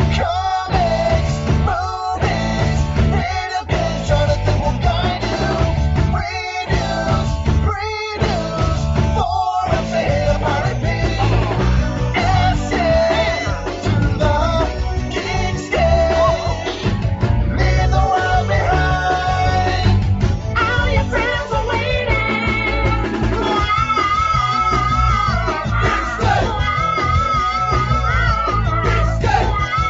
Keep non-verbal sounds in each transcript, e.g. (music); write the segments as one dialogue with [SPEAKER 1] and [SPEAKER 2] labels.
[SPEAKER 1] Comics, movies, interviews, Jonathan will guide you. Reviews, previews, forums to hit a party beat. Essay to the geek state. Leave the world behind. All your friends are waiting. Live, geek state. Geek state.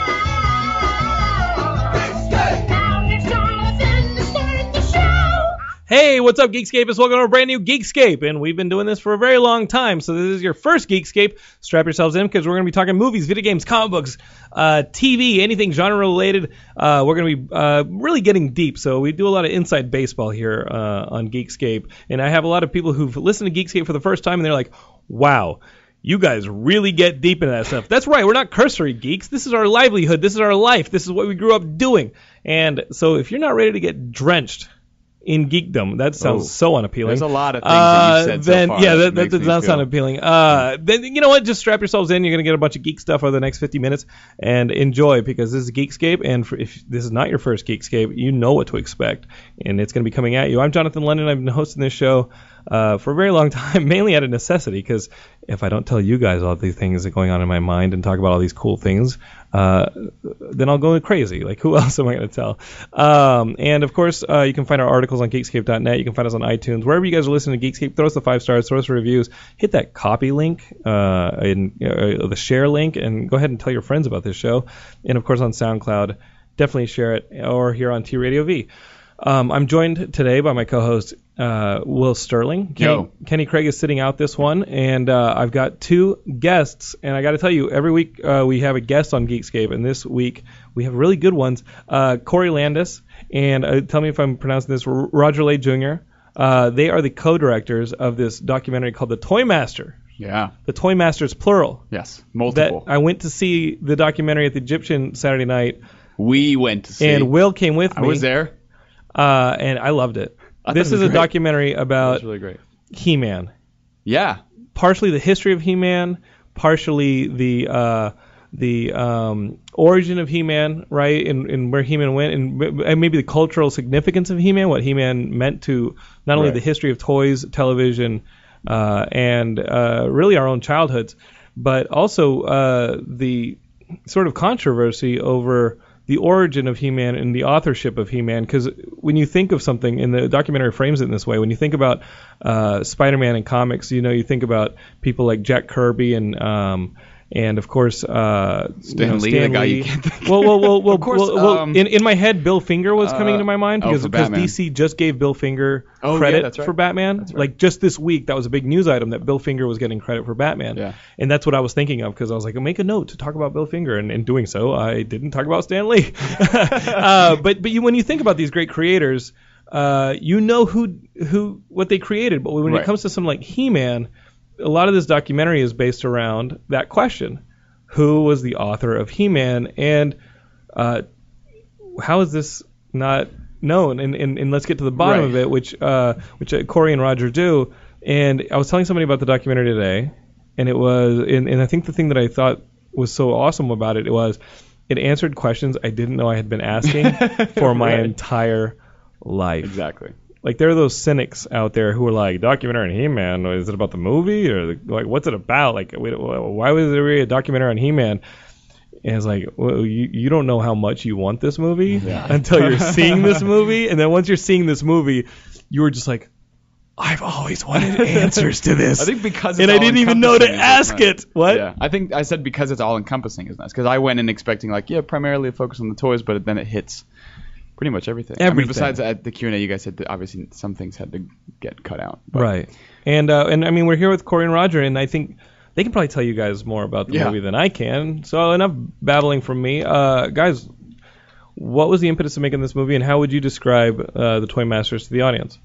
[SPEAKER 2] Hey, what's up, Geekscapists? Welcome to a brand new Geekscape, and we've been doing this for a very long time. So this is your first Geekscape. Strap yourselves in because we're going to be talking movies, video games, comic books, uh, TV, anything genre related. Uh, we're going to be uh, really getting deep. So we do a lot of inside baseball here uh, on Geekscape, and I have a lot of people who've listened to Geekscape for the first time, and they're like, "Wow." You guys really get deep into that stuff. That's right. We're not cursory geeks. This is our livelihood. This is our life. This is what we grew up doing. And so, if you're not ready to get drenched in geekdom. That sounds
[SPEAKER 3] Oh.
[SPEAKER 2] so unappealing.
[SPEAKER 3] There's a lot of things that you've
[SPEAKER 2] Uh,
[SPEAKER 3] said so
[SPEAKER 2] then,
[SPEAKER 3] far
[SPEAKER 2] Yeah,
[SPEAKER 3] that
[SPEAKER 2] that, that
[SPEAKER 3] makes
[SPEAKER 2] does
[SPEAKER 3] me
[SPEAKER 2] not
[SPEAKER 3] feel-
[SPEAKER 2] sound appealing. Uh, then you know what? Just strap yourselves in. You're gonna get a bunch of geek stuff over the next 50 minutes and enjoy because this is Geekscape. And for, if this is not your first Geekscape, you know what to expect, and it's gonna be coming at you. I'm Jonathan Lennon. I've been hosting this show. Uh, for a very long time, (laughs) mainly out of necessity, because if I don't tell you guys all these things that are going on in my mind and talk about all these cool things, uh, then I'll go crazy. Like, who (laughs) else am I going to tell? Um, and of course, uh, you can find our articles on Geekscape.net. You can find us on iTunes. Wherever you guys are listening to Geekscape, throw us the five stars, throw us reviews, hit that copy link uh, and uh, the share link, and go ahead and tell your friends about this show. And of course, on SoundCloud, definitely share it, or here on T Radio V. Um, I'm joined today by my co-host uh, Will Sterling. Kenny,
[SPEAKER 3] Yo.
[SPEAKER 2] Kenny Craig is sitting out this one, and uh, I've got two guests. And I got to tell you, every week uh, we have a guest on Geekscape, and this week we have really good ones. Uh, Corey Landis and uh, tell me if I'm pronouncing this R- Roger Lay Jr. Uh, they are the co-directors of this documentary called The Toy Master.
[SPEAKER 3] Yeah.
[SPEAKER 2] The Toy Masters plural.
[SPEAKER 3] Yes.
[SPEAKER 2] That
[SPEAKER 3] Multiple.
[SPEAKER 2] I went to see the documentary at the Egyptian Saturday night,
[SPEAKER 3] we went to see.
[SPEAKER 2] and Will came with
[SPEAKER 3] I
[SPEAKER 2] me
[SPEAKER 3] was there.
[SPEAKER 2] uh, and I loved it.
[SPEAKER 3] I thought
[SPEAKER 2] this
[SPEAKER 3] it was
[SPEAKER 2] is a
[SPEAKER 3] great.
[SPEAKER 2] documentary about
[SPEAKER 3] great.
[SPEAKER 2] He-Man,
[SPEAKER 3] Yeah.
[SPEAKER 2] partially the history of He-Man, partially the uh, the um, origin of He-Man, right, and, and where He-Man went, and, and maybe the cultural significance of He-Man, what He-Man meant to not only
[SPEAKER 3] Right.
[SPEAKER 2] the history of toys, television, uh, and uh, really our own childhoods, but also uh, the sort of controversy over the origin of He-Man and the authorship of He-Man, because when you think of something, and the documentary frames it in this way, when you think about uh, Spider-Man and comics, you know, you think about people like Jack Kirby and um, and of course uh,
[SPEAKER 3] Stan
[SPEAKER 2] you know,
[SPEAKER 3] Lee,
[SPEAKER 2] Stan
[SPEAKER 3] the guy you
[SPEAKER 2] Lee.
[SPEAKER 3] can't think
[SPEAKER 2] Well, well, well, well,
[SPEAKER 3] course,
[SPEAKER 2] well, well,
[SPEAKER 3] um,
[SPEAKER 2] in, in my head, Bill Finger was coming
[SPEAKER 3] uh,
[SPEAKER 2] to my mind
[SPEAKER 3] oh,
[SPEAKER 2] because
[SPEAKER 3] for
[SPEAKER 2] because
[SPEAKER 3] Batman.
[SPEAKER 2] DC just gave Bill Finger
[SPEAKER 3] Oh, yeah,
[SPEAKER 2] credit
[SPEAKER 3] that's right.
[SPEAKER 2] for Batman. Like just this week, that was a big news item that Bill Finger was getting credit for Batman.
[SPEAKER 3] Yeah.
[SPEAKER 2] And that's what I was thinking of because I was like, make a note to talk about Bill Finger, and in doing so, I didn't talk about Stan Lee. (laughs) uh, but but you, when you think about these great creators, uh, you know who who what they created. But when it
[SPEAKER 3] Right.
[SPEAKER 2] comes to something like He-Man, a lot of this documentary is based around that question: Who was the author of He-Man? And uh, how is this not known? And, and, and let's get to the bottom
[SPEAKER 3] Right.
[SPEAKER 2] of it, which uh, which uh, Corey and Roger do. And I was telling somebody about the documentary today, and it was, and, and I think the thing that I thought was so awesome about it was, it
[SPEAKER 3] (laughs)
[SPEAKER 2] answered questions I didn't know I had been asking for my
[SPEAKER 3] Right.
[SPEAKER 2] entire life.
[SPEAKER 3] Exactly.
[SPEAKER 2] Like there are those cynics out there who are like, documentary on He-Man. Is it about the movie or like what's it about? Like, wait, why was there really a documentary on He-Man? And it's like, well, you, you don't know how much you want this movie (laughs) until you're seeing this movie. And then once you're seeing this movie, you were just like, I've always wanted
[SPEAKER 3] (laughs)
[SPEAKER 2] answers to this.
[SPEAKER 3] I think because
[SPEAKER 2] and
[SPEAKER 3] it's
[SPEAKER 2] I didn't even know to ask it. What?
[SPEAKER 3] Yeah, I think I said because it's all encompassing is nice because I went in expecting like yeah primarily a focus on the toys, but then it hits pretty much everything. I mean,
[SPEAKER 2] Everything.
[SPEAKER 3] besides at the Q and A, you guys said that obviously some things had to get cut out. But
[SPEAKER 2] Right. And uh, and I mean we're here with Corey and Roger, and I think they can probably tell you guys more about the
[SPEAKER 3] Yeah.
[SPEAKER 2] movie than I can. So enough babbling from me, uh, guys. What was the impetus of making this movie, and how would you describe uh, the Toy Masters to the audience?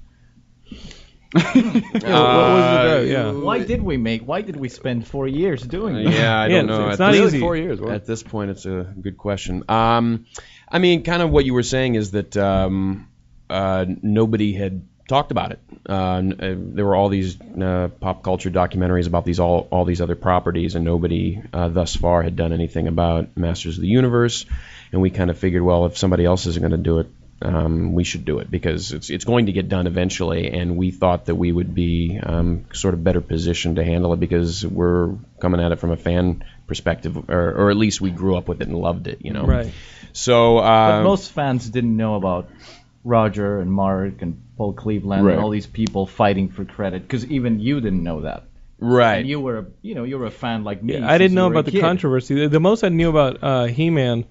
[SPEAKER 3] Uh,
[SPEAKER 2] yeah.
[SPEAKER 4] Why did we make? Why did we spend four years doing this?
[SPEAKER 5] Uh, Yeah,
[SPEAKER 2] (laughs)
[SPEAKER 5] I
[SPEAKER 2] Yeah, it's-
[SPEAKER 5] don't know.
[SPEAKER 2] it's
[SPEAKER 5] At
[SPEAKER 2] not
[SPEAKER 5] this-
[SPEAKER 2] easy.
[SPEAKER 3] Four years. What?
[SPEAKER 5] At this point, it's a good question. Um, I mean, kind of what you were saying is that um, uh, nobody had talked about it. Uh, n- uh, there were all these uh, pop culture documentaries about these all all these other properties, and nobody uh, thus far had done anything about Masters of the Universe. And we kind of figured, well, if somebody else isn't going to do it, um, we should do it because it's it's going to get done eventually, and we thought that we would be um, sort of better positioned to handle it because we're coming at it from a fan perspective, or, or at least we grew up with it and loved it, you know.
[SPEAKER 2] Right.
[SPEAKER 5] So
[SPEAKER 4] But
[SPEAKER 2] Um,
[SPEAKER 5] uh,
[SPEAKER 4] most fans didn't know about Roger and Mark and Paul Cleveland
[SPEAKER 3] Right.
[SPEAKER 4] and all these people fighting for credit because even you didn't know that.
[SPEAKER 5] right,
[SPEAKER 4] And you were, a, you know, you were a fan like me.
[SPEAKER 2] I
[SPEAKER 4] since
[SPEAKER 2] didn't
[SPEAKER 4] you
[SPEAKER 2] know
[SPEAKER 4] were a
[SPEAKER 2] about the
[SPEAKER 4] kid.
[SPEAKER 2] controversy. The, the most I knew about uh, He-Man,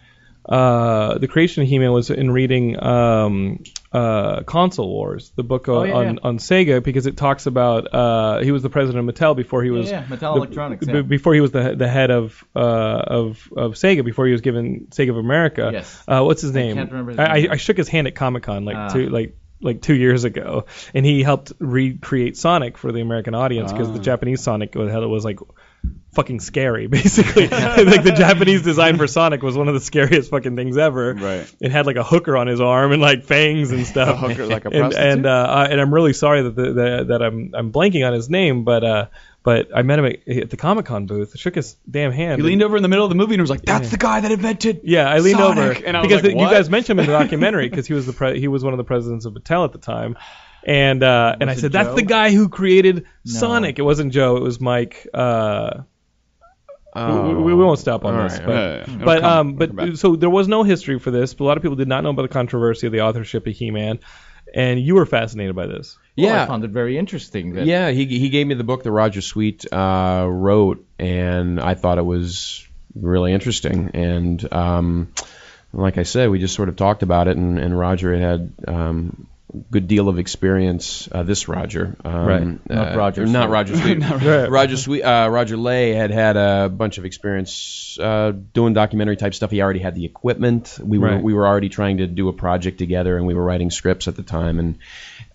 [SPEAKER 2] uh, the creation of He-Man, was in reading um, uh, Console Wars, the book on,
[SPEAKER 4] Oh, yeah,
[SPEAKER 2] on,
[SPEAKER 4] yeah.
[SPEAKER 2] on Sega, because it talks about uh, he was the president of Mattel before he was
[SPEAKER 4] yeah, Mattel
[SPEAKER 2] the-
[SPEAKER 4] Electronics,
[SPEAKER 2] b-
[SPEAKER 4] yeah.
[SPEAKER 2] before he was the the head of uh, of of Sega, before he was given Sega of America.
[SPEAKER 4] Yes.
[SPEAKER 2] Uh, what's his name?
[SPEAKER 4] can't remember his
[SPEAKER 2] I,
[SPEAKER 4] name.
[SPEAKER 2] I, I shook his hand at Comic Con like
[SPEAKER 4] Ah.
[SPEAKER 2] two like like two years ago, and he helped recreate Sonic for the American audience because
[SPEAKER 4] Ah.
[SPEAKER 2] the Japanese Sonic was, was like fucking scary (laughs) basically like the japanese design for sonic was one of the scariest fucking things ever
[SPEAKER 3] Right.
[SPEAKER 2] it had like a hooker on his arm and like fangs and stuff
[SPEAKER 3] hooker, like (laughs) a
[SPEAKER 2] (laughs) and
[SPEAKER 3] prostitute?
[SPEAKER 2] and, uh, uh, and i'm really sorry that the, the, that i'm i'm blanking on his name but uh but i met him at, at the comic-con booth shook his damn hand
[SPEAKER 3] He leaned over in the middle of the movie and was like, "That's the guy that invented."
[SPEAKER 2] yeah, I leaned
[SPEAKER 3] Sonic.
[SPEAKER 2] over
[SPEAKER 3] and I was
[SPEAKER 2] because
[SPEAKER 3] like,
[SPEAKER 2] the- you
[SPEAKER 3] "What?"
[SPEAKER 2] guys mentioned
[SPEAKER 3] (laughs)
[SPEAKER 2] him in the documentary because he was the pre- he was one of the presidents of Mattel at the time, and uh, and I
[SPEAKER 4] it
[SPEAKER 2] said that's
[SPEAKER 4] Joe?"
[SPEAKER 2] the guy who created Sonic. It wasn't Joe, it was Mike. Uh, we, we- we
[SPEAKER 3] Oh.
[SPEAKER 2] won't stop on
[SPEAKER 5] All
[SPEAKER 2] this,
[SPEAKER 5] right,
[SPEAKER 2] but,
[SPEAKER 3] yeah, yeah,
[SPEAKER 5] uh,
[SPEAKER 3] yeah. It'll
[SPEAKER 2] but
[SPEAKER 3] come.
[SPEAKER 2] um,
[SPEAKER 3] It'll come
[SPEAKER 2] but
[SPEAKER 3] back.
[SPEAKER 2] so there was no history for this. But a lot of people did not know about the controversy of the authorship of He-Man, and you were fascinated by this.
[SPEAKER 4] Well,
[SPEAKER 5] yeah.
[SPEAKER 4] I found it very interesting. That
[SPEAKER 5] Yeah, he he gave me the book that Roger Sweet uh, wrote, and I thought it was really interesting. And um, like I said, we just sort of talked about it, and, and Roger had um, good deal of experience. Uh, this Roger, um,
[SPEAKER 2] Right.
[SPEAKER 4] Not
[SPEAKER 5] uh,
[SPEAKER 4] Roger
[SPEAKER 5] or not
[SPEAKER 4] Sweet.
[SPEAKER 5] Roger Sweet.
[SPEAKER 2] Right.
[SPEAKER 5] Roger Sweet, uh, Roger Lay had had a bunch of experience uh, doing documentary type stuff. He already had the equipment. We were
[SPEAKER 2] Right.
[SPEAKER 5] we were already trying to do a project together, and we were writing scripts at the time. And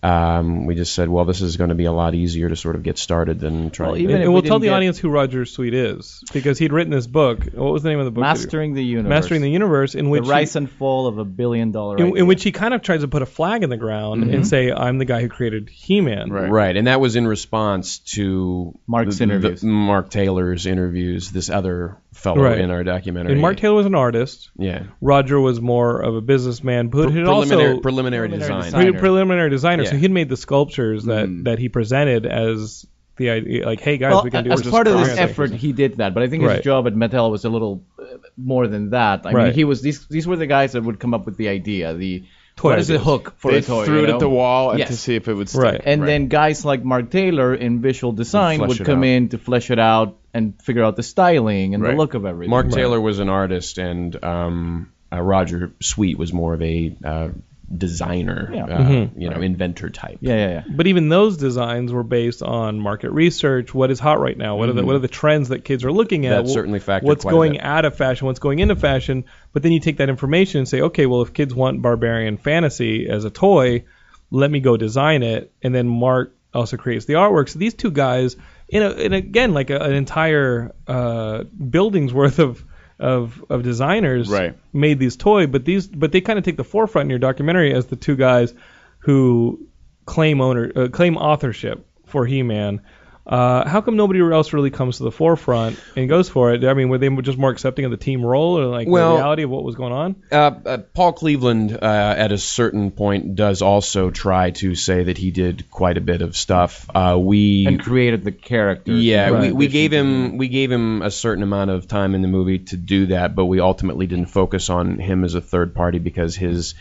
[SPEAKER 5] um, we just said, well, this is going to be a lot easier to sort of get started than trying.
[SPEAKER 4] Well,
[SPEAKER 5] to-
[SPEAKER 4] even
[SPEAKER 2] And,
[SPEAKER 4] if
[SPEAKER 2] we'll
[SPEAKER 4] we
[SPEAKER 2] tell
[SPEAKER 4] didn't
[SPEAKER 2] the
[SPEAKER 4] get-
[SPEAKER 2] audience who Roger Sweet is because he'd written this book. What was the name of the book? that he-
[SPEAKER 4] mastering the universe,
[SPEAKER 2] Mastering the Universe, in
[SPEAKER 4] the
[SPEAKER 2] which he-
[SPEAKER 4] rise and fall of a billion dollar.
[SPEAKER 2] in,
[SPEAKER 4] idea.
[SPEAKER 2] in which he kind of tries to put a flag in the ground and say, "I'm the guy who created He-Man."
[SPEAKER 3] Right.
[SPEAKER 5] Right, and that was in response to
[SPEAKER 4] Mark's interviews.
[SPEAKER 5] Mark Taylor's interviews, this other fellow
[SPEAKER 2] Right.
[SPEAKER 5] in our documentary.
[SPEAKER 2] And Mark Taylor was an artist.
[SPEAKER 5] yeah,
[SPEAKER 2] Roger was more of a businessman, but had
[SPEAKER 5] preliminary,
[SPEAKER 2] also
[SPEAKER 5] preliminary
[SPEAKER 4] Preliminary
[SPEAKER 5] design.
[SPEAKER 4] design.
[SPEAKER 2] pre- preliminary designer. So
[SPEAKER 5] Yeah.
[SPEAKER 2] he'd made the sculptures that that he presented as the idea, like, "Hey guys,
[SPEAKER 4] well,
[SPEAKER 2] we can do
[SPEAKER 4] as
[SPEAKER 2] this."
[SPEAKER 4] part of this
[SPEAKER 2] Just-
[SPEAKER 4] effort, he did that. But I think his
[SPEAKER 2] Right.
[SPEAKER 4] job at Mattel was a little uh, more than that. I
[SPEAKER 2] Right.
[SPEAKER 4] mean, he was these these were the guys that would come up with the idea. The
[SPEAKER 2] Toy
[SPEAKER 4] what is the
[SPEAKER 2] ideas.
[SPEAKER 4] hook for
[SPEAKER 3] They
[SPEAKER 4] a toy?
[SPEAKER 3] threw
[SPEAKER 4] you
[SPEAKER 3] it
[SPEAKER 4] know?
[SPEAKER 3] at the wall and to
[SPEAKER 4] Yes.
[SPEAKER 3] see if it would stick.
[SPEAKER 2] Right.
[SPEAKER 4] And then guys like Mark Taylor in visual design
[SPEAKER 5] flesh
[SPEAKER 4] would
[SPEAKER 5] it
[SPEAKER 4] come
[SPEAKER 5] out.
[SPEAKER 4] in to flesh it out and figure out the styling and the
[SPEAKER 3] Right.
[SPEAKER 4] look of everything.
[SPEAKER 5] Mark Taylor was an artist, and um, uh, Roger Sweet was more of a uh, designer,
[SPEAKER 4] Yeah. Mm-hmm.
[SPEAKER 5] uh, you know, inventor type.
[SPEAKER 4] Yeah, yeah, yeah.
[SPEAKER 2] but even those designs were based on market research. What is hot right now? What are the what are the trends that kids are looking at?
[SPEAKER 5] Mm-hmm. That
[SPEAKER 2] Wh-
[SPEAKER 5] certainly factored
[SPEAKER 2] What's
[SPEAKER 5] quite a
[SPEAKER 2] going
[SPEAKER 5] bit.
[SPEAKER 2] out of fashion? What's going into fashion? But then you take that information and say, okay, well, if kids want barbarian fantasy as a toy, let me go design it. And then Mark also creates the artwork. So these two guys, in a, and again, like a, an entire uh, building's worth of. Of, of designers
[SPEAKER 3] Right.
[SPEAKER 2] made these toy, but these but they kind of take the forefront in your documentary as the two guys who claim owner uh, claim authorship for He-Man, Uh, how come nobody else really comes to the forefront and goes for it? I mean, were they just more accepting of the team role or like
[SPEAKER 5] Well-
[SPEAKER 2] the reality of what was going on?
[SPEAKER 5] uh, uh, Paul Cleveland, uh, at a certain point, does also try to say that he did quite a bit of stuff. Uh, we
[SPEAKER 4] and created the character.
[SPEAKER 5] yeah,
[SPEAKER 2] Right.
[SPEAKER 5] we, we gave him we gave him a certain amount of time in the movie to do that, but we ultimately didn't focus on him as a third party because his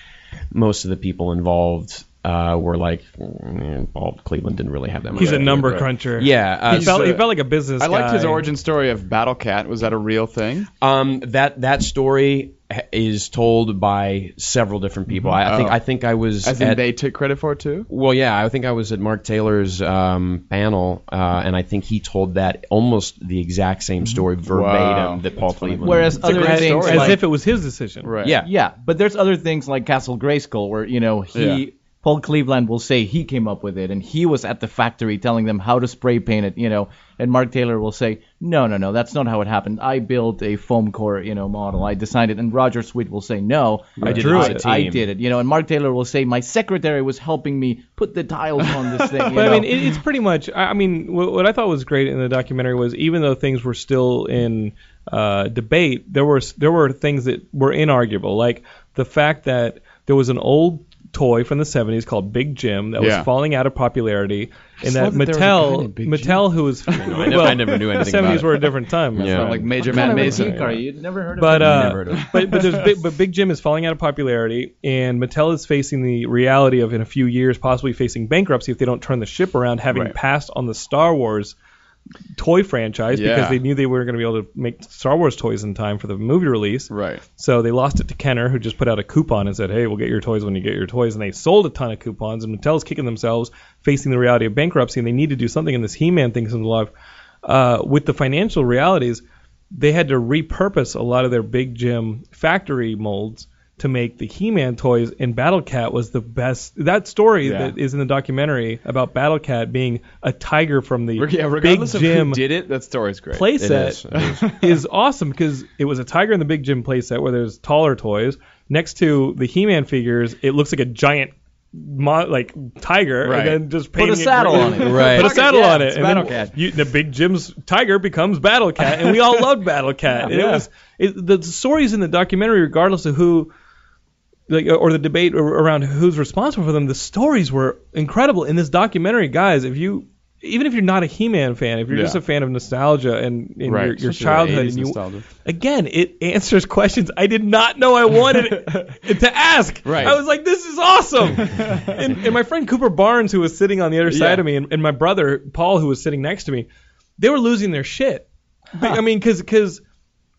[SPEAKER 5] most of the people involved uh, were like mm, Paul Cleveland didn't really have that much.
[SPEAKER 2] He's
[SPEAKER 5] to
[SPEAKER 2] a
[SPEAKER 5] do
[SPEAKER 2] number
[SPEAKER 5] with it.
[SPEAKER 2] cruncher.
[SPEAKER 5] Yeah, uh,
[SPEAKER 2] He felt,
[SPEAKER 5] so-
[SPEAKER 2] he felt like a business
[SPEAKER 3] I liked his
[SPEAKER 2] guy.
[SPEAKER 3] origin story of Battle Cat. Was that a real thing?
[SPEAKER 5] Um, that that story h- is told by several different people. I, I think
[SPEAKER 3] Oh.
[SPEAKER 5] I think I was
[SPEAKER 3] As in
[SPEAKER 5] at-
[SPEAKER 3] they took credit for it too?
[SPEAKER 5] Well, yeah, I think I was at Mark Taylor's um, panel, uh, and I think he told that almost the exact same story verbatim
[SPEAKER 3] Wow.
[SPEAKER 5] that Paul Cleveland.
[SPEAKER 4] Whereas other
[SPEAKER 2] As,
[SPEAKER 4] things,
[SPEAKER 2] as
[SPEAKER 4] like,
[SPEAKER 2] if it was his decision.
[SPEAKER 3] Right.
[SPEAKER 5] yeah,
[SPEAKER 4] yeah, but there's other things like Castle Grayskull where you know he.
[SPEAKER 3] Yeah.
[SPEAKER 4] Paul Cleveland will say he came up with it and he was at the factory telling them how to spray paint it, you know. And Mark Taylor will say, "No, no, no, that's not how it happened. I built a foam core, you know, model. I designed it." And Roger Sweet will say, "No, I
[SPEAKER 5] did
[SPEAKER 4] I,
[SPEAKER 5] it.
[SPEAKER 4] I did it." You know, and Mark Taylor will say, "My secretary was helping me put the tiles on this thing." you
[SPEAKER 2] But I mean,
[SPEAKER 4] know.
[SPEAKER 2] it, it's pretty much. I I mean, what, what I thought was great in the documentary was even though things were still in uh, debate, there were s- there were things that were inarguable, like the fact that there was an old toy from the 70s called Big Jim that
[SPEAKER 3] Yeah.
[SPEAKER 2] was falling out of popularity, and that
[SPEAKER 3] love that there was a guy
[SPEAKER 2] Mattel
[SPEAKER 3] named Big
[SPEAKER 2] Mattel who was
[SPEAKER 5] I,
[SPEAKER 2] (laughs)
[SPEAKER 5] never, I never knew anything about
[SPEAKER 2] 70s
[SPEAKER 5] it.
[SPEAKER 2] were a different time.
[SPEAKER 5] Yeah.
[SPEAKER 3] Sound like Major
[SPEAKER 4] What
[SPEAKER 3] Man
[SPEAKER 4] kind of a
[SPEAKER 3] Mason.
[SPEAKER 4] geek are you? You've never heard of
[SPEAKER 2] But
[SPEAKER 4] it?
[SPEAKER 2] uh,
[SPEAKER 5] never heard of it.
[SPEAKER 2] but but there's big, but Big Jim is falling out of popularity, and Mattel is facing the reality of in a few years possibly facing bankruptcy if they don't turn the ship around, having
[SPEAKER 3] Right.
[SPEAKER 2] passed on the Star Wars toy franchise
[SPEAKER 3] Yeah.
[SPEAKER 2] because they knew they weren't going to be able to make Star Wars toys in time for the movie release.
[SPEAKER 3] Right.
[SPEAKER 2] So they lost it to Kenner, who just put out a coupon and said, "Hey, we'll get your toys when you get your toys." And they sold a ton of coupons, and Mattel's kicking themselves, facing the reality of bankruptcy, and they need to do something. And this He-Man thing comes alive. Uh, with the financial realities, they had to repurpose a lot of their Big Jim factory molds to make the He-Man toys. And Battle Cat was the best. That story
[SPEAKER 3] Yeah.
[SPEAKER 2] that is in the documentary about Battle Cat being a tiger from the
[SPEAKER 3] Yeah,
[SPEAKER 2] Big
[SPEAKER 3] regardless of
[SPEAKER 2] Jim
[SPEAKER 3] who did it, that story's great.
[SPEAKER 2] playset (laughs)
[SPEAKER 5] is,
[SPEAKER 2] is, awesome because it was a tiger in the Big Jim playset where there's taller toys next to the He-Man figures. It looks like a giant, mo- like tiger, and
[SPEAKER 3] Right.
[SPEAKER 2] then just
[SPEAKER 4] Put a
[SPEAKER 2] painting
[SPEAKER 4] saddle
[SPEAKER 2] green.
[SPEAKER 4] on it.
[SPEAKER 5] Right.
[SPEAKER 2] Put a saddle
[SPEAKER 4] Yeah,
[SPEAKER 2] on it,
[SPEAKER 4] it's
[SPEAKER 2] and then
[SPEAKER 4] Battle Cat.
[SPEAKER 2] you- the Big Jim's tiger becomes Battle Cat, and we all loved Battle Cat.
[SPEAKER 4] (laughs)
[SPEAKER 2] And It was it, the stories in the documentary, regardless of who like or the debate ar- around who's responsible for them. The stories were incredible in this documentary, guys. If you even if you're not a He-Man fan, if you're
[SPEAKER 3] Yeah.
[SPEAKER 2] just a fan of nostalgia and, and
[SPEAKER 3] Right,
[SPEAKER 2] your, your
[SPEAKER 3] especially
[SPEAKER 2] childhood,
[SPEAKER 3] 80s
[SPEAKER 2] and you
[SPEAKER 3] nostalgia.
[SPEAKER 2] again, it answers questions I did not know I
[SPEAKER 3] (laughs)
[SPEAKER 2] wanted to ask.
[SPEAKER 3] Right.
[SPEAKER 2] I was like, this is
[SPEAKER 3] (laughs)
[SPEAKER 2] awesome. and, and my friend Cooper Barnes, who was sitting on the other side
[SPEAKER 3] Yeah.
[SPEAKER 2] of me, and, and my brother Paul, who was sitting next to me, they were losing their shit. But, I mean, because because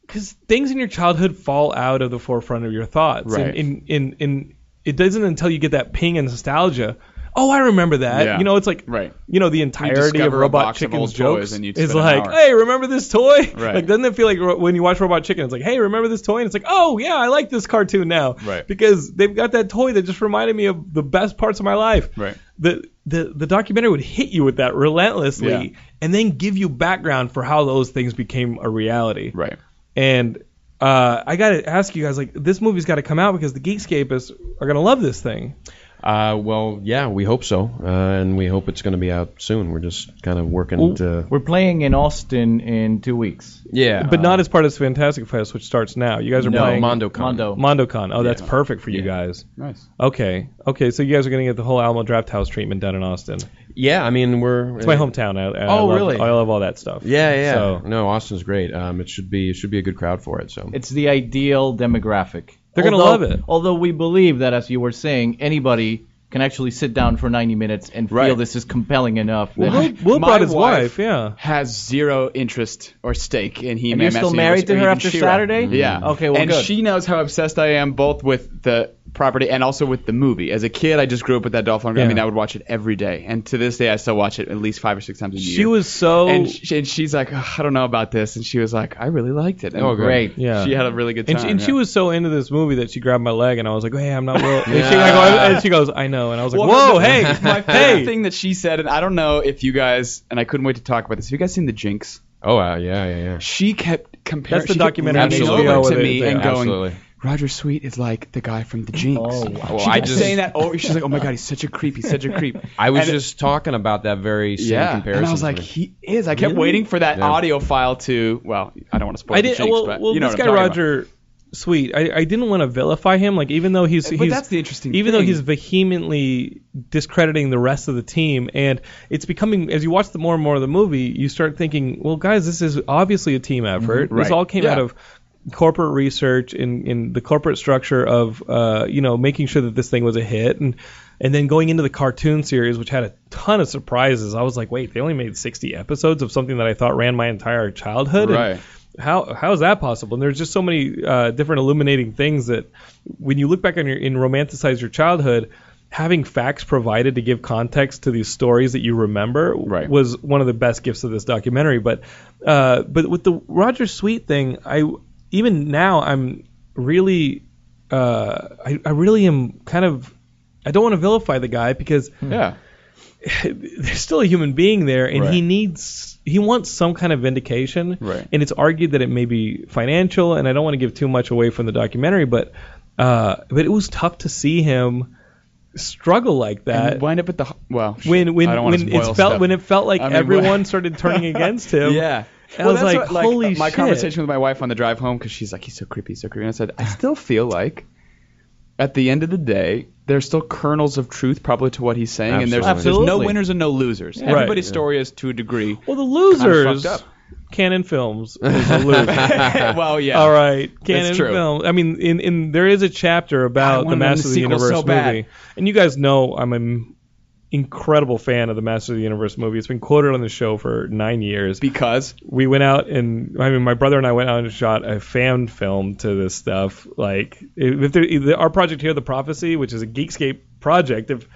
[SPEAKER 2] because things in your childhood fall out of the forefront of your thoughts. And,
[SPEAKER 3] Right.
[SPEAKER 2] and, and, and it doesn't until you get that ping and nostalgia. Oh, I remember that.
[SPEAKER 3] Yeah.
[SPEAKER 2] You know, it's like
[SPEAKER 3] Right.
[SPEAKER 2] you know the entirety of
[SPEAKER 3] discover a
[SPEAKER 2] Robot
[SPEAKER 3] box of
[SPEAKER 2] Chicken's
[SPEAKER 3] old toys
[SPEAKER 2] jokes
[SPEAKER 3] and you'd
[SPEAKER 2] is
[SPEAKER 3] spend an
[SPEAKER 2] like,
[SPEAKER 3] hour.
[SPEAKER 2] hey, remember this toy?
[SPEAKER 3] Right.
[SPEAKER 2] Like, doesn't it feel like ro- when you watch Robot Chicken, it's like, hey, remember this toy? And it's like, oh yeah, I like this cartoon now.
[SPEAKER 3] Right.
[SPEAKER 2] Because they've got that toy that just reminded me of the best parts of my life.
[SPEAKER 3] Right.
[SPEAKER 2] The the the documentary would hit you with that relentlessly,
[SPEAKER 3] Yeah.
[SPEAKER 2] and then give you background for how those things became a reality.
[SPEAKER 3] Right.
[SPEAKER 2] And uh, I gotta ask you guys, like, this movie's got to come out because the Geekscapists are gonna love this thing.
[SPEAKER 5] uh, well, yeah, we hope so, uh, and we hope it's going to be out soon. We're just kind of working to
[SPEAKER 4] We're playing in Austin in two weeks.
[SPEAKER 5] yeah,
[SPEAKER 2] But not as part of Fantastic Fest, which starts now. You guys are
[SPEAKER 4] No,
[SPEAKER 2] playing
[SPEAKER 5] MondoCon.
[SPEAKER 4] Mondo.
[SPEAKER 2] MondoCon. Oh, that's perfect for you
[SPEAKER 5] Yeah.
[SPEAKER 2] guys.
[SPEAKER 3] Nice.
[SPEAKER 2] Okay. Okay. So you guys are gonna get the whole Alamo Draft House treatment down in Austin.
[SPEAKER 5] Um, yeah. I mean, we're
[SPEAKER 2] It's my hometown. I, I
[SPEAKER 5] Oh,
[SPEAKER 2] love,
[SPEAKER 5] really?
[SPEAKER 2] I love all that stuff.
[SPEAKER 5] Yeah, yeah. (laughs)
[SPEAKER 2] So
[SPEAKER 5] No, Austin's great. Um, it should be it should be a good crowd for it. So
[SPEAKER 4] It's the ideal demographic.
[SPEAKER 2] They're gonna
[SPEAKER 4] Although-
[SPEAKER 2] love it.
[SPEAKER 4] Although we believe that, as you were saying, anybody can actually sit down for 90 minutes and feel
[SPEAKER 3] Right.
[SPEAKER 4] this is compelling enough. that-
[SPEAKER 2] Will, Will
[SPEAKER 3] My
[SPEAKER 2] brought his wife.
[SPEAKER 3] wife-
[SPEAKER 2] yeah.
[SPEAKER 3] Has zero interest or stake in He-Man.
[SPEAKER 4] and you're still
[SPEAKER 3] Master
[SPEAKER 4] married
[SPEAKER 3] Universe,
[SPEAKER 4] to
[SPEAKER 3] or
[SPEAKER 4] her
[SPEAKER 3] even
[SPEAKER 4] after
[SPEAKER 3] She-Ra.
[SPEAKER 4] Saturday?
[SPEAKER 3] Yeah.
[SPEAKER 4] Okay, well,
[SPEAKER 3] And
[SPEAKER 4] good.
[SPEAKER 3] she knows how obsessed I am both with the property and also with the movie. As a kid, I just grew up with that Dolph Lundgren.
[SPEAKER 2] Yeah.
[SPEAKER 3] I mean, I would watch it every day, and to this day, I still watch it at least five or six times a year.
[SPEAKER 2] She was so.
[SPEAKER 3] and, she, and she's like, "Ugh, I don't know about this, and she was like, I really liked it. And
[SPEAKER 5] Oh, great.
[SPEAKER 2] Yeah.
[SPEAKER 3] She had a really good time.
[SPEAKER 2] and she, and she
[SPEAKER 3] yeah.
[SPEAKER 2] was so into this movie that she grabbed my leg and I was like, hey, I'm not Will. And, she, I go, and she goes, I know. And I was like,
[SPEAKER 3] Well,
[SPEAKER 2] whoa,
[SPEAKER 3] (laughs) the-
[SPEAKER 2] hey,
[SPEAKER 3] My favorite
[SPEAKER 2] hey.
[SPEAKER 3] thing that she said, and I don't know if you guys, and I couldn't wait to talk about this. Have you guys seen the Jinx?
[SPEAKER 5] oh uh, yeah, yeah, yeah.
[SPEAKER 3] She kept comparing.
[SPEAKER 2] That's the
[SPEAKER 3] she kept
[SPEAKER 2] documentary
[SPEAKER 3] leaning
[SPEAKER 5] on
[SPEAKER 3] over
[SPEAKER 5] HBO
[SPEAKER 3] to
[SPEAKER 2] where they-
[SPEAKER 3] me
[SPEAKER 2] yeah,
[SPEAKER 3] and going,
[SPEAKER 5] absolutely.
[SPEAKER 3] Roger Sweet is like the guy from The Jinx.
[SPEAKER 4] Oh, wow.
[SPEAKER 3] She
[SPEAKER 5] Well, I
[SPEAKER 3] kept
[SPEAKER 5] just-
[SPEAKER 3] saying that. Oh, she's like, oh my god, he's such a creep. He's such a creep.
[SPEAKER 5] I was
[SPEAKER 3] And it-
[SPEAKER 5] just talking about that very
[SPEAKER 3] (laughs)
[SPEAKER 5] same
[SPEAKER 3] yeah.
[SPEAKER 5] comparison.
[SPEAKER 3] And I was like,
[SPEAKER 5] for-
[SPEAKER 3] he is. I kept
[SPEAKER 4] Really?
[SPEAKER 3] waiting for that
[SPEAKER 5] Yeah.
[SPEAKER 3] audio file to. Well, I don't want to spoil
[SPEAKER 2] I
[SPEAKER 3] The
[SPEAKER 2] did.
[SPEAKER 3] Jinx,
[SPEAKER 2] Well,
[SPEAKER 3] but
[SPEAKER 2] well
[SPEAKER 3] you know
[SPEAKER 2] this
[SPEAKER 3] what I'm
[SPEAKER 2] guy
[SPEAKER 3] talking
[SPEAKER 2] Roger Sweet, I, I didn't want to vilify him. Like even though he's
[SPEAKER 3] But
[SPEAKER 2] he's
[SPEAKER 3] that's the interesting
[SPEAKER 2] even though
[SPEAKER 3] thing.
[SPEAKER 2] he's vehemently discrediting the rest of the team, and it's becoming as you watch the more and more of the movie, you start thinking, well, guys, this is obviously a team effort. This
[SPEAKER 3] Mm-hmm. Right.
[SPEAKER 2] all came out
[SPEAKER 3] Yeah.
[SPEAKER 2] of corporate research in, in the corporate structure of uh, you know making sure that this thing was a hit and and then going into the cartoon series which had a ton of surprises i was like wait they only made 60 episodes of something that i thought ran my entire childhood (laughs) And
[SPEAKER 3] Right.
[SPEAKER 2] how how is that possible and there's just so many uh, different illuminating things that when you look back on your and romanticize your childhood having facts provided to give context to these stories that you remember
[SPEAKER 3] Right.
[SPEAKER 2] was was one of the best gifts of this documentary. But uh, but with the Roger Sweet thing, I even now I'm really uh, I, I really am kind of I don't want to vilify the guy because
[SPEAKER 3] About.
[SPEAKER 2] there's still a human being there, and he
[SPEAKER 3] Right.
[SPEAKER 2] needs he wants some kind of vindication.
[SPEAKER 3] Right.
[SPEAKER 2] And it's argued that it may be financial, and I don't want to give too much away from the documentary, but uh, but it was tough to see him struggle like
[SPEAKER 3] Yeah.
[SPEAKER 2] that
[SPEAKER 3] And wind up at the ho- well.
[SPEAKER 2] when when
[SPEAKER 3] I don't wanna
[SPEAKER 2] when it
[SPEAKER 3] spoil
[SPEAKER 2] felt
[SPEAKER 3] stuff.
[SPEAKER 2] when it felt like
[SPEAKER 3] I mean,
[SPEAKER 2] everyone
[SPEAKER 3] when- (laughs)
[SPEAKER 2] started turning against him.
[SPEAKER 3] Yeah.
[SPEAKER 2] I was
[SPEAKER 3] that's
[SPEAKER 2] like, "Holy
[SPEAKER 3] My
[SPEAKER 2] shit."
[SPEAKER 3] conversation with my wife on the drive home, because she's like, he's so creepy, he's so creepy. And I said, I still feel like, at the end of the day, there's still kernels of truth probably to what he's saying, and there's, there's
[SPEAKER 4] Absolutely.
[SPEAKER 3] no winners and no losers.
[SPEAKER 2] Right.
[SPEAKER 3] Everybody's story is to
[SPEAKER 2] (laughs)
[SPEAKER 3] a degree.
[SPEAKER 2] Well, the losers.
[SPEAKER 3] fucked up.
[SPEAKER 2] Canon
[SPEAKER 3] (laughs)
[SPEAKER 2] Films is a loser.
[SPEAKER 3] well, yeah.
[SPEAKER 2] All right, Canon
[SPEAKER 3] That's true.
[SPEAKER 2] Films. I mean, in, in there is a chapter about
[SPEAKER 3] I
[SPEAKER 2] the
[SPEAKER 3] want them
[SPEAKER 2] Master
[SPEAKER 3] to
[SPEAKER 2] of the
[SPEAKER 3] sequel
[SPEAKER 2] Universe
[SPEAKER 3] so bad.
[SPEAKER 2] movie, and you guys know I'm an incredible fan of the Master of the Universe movie. It's been quoted on the show for nine years.
[SPEAKER 3] Because
[SPEAKER 2] we went out and I mean my brother and I went out and shot a fan film to this stuff. Like if there, if our project here, the Prophecy, which is a Geekscape project, if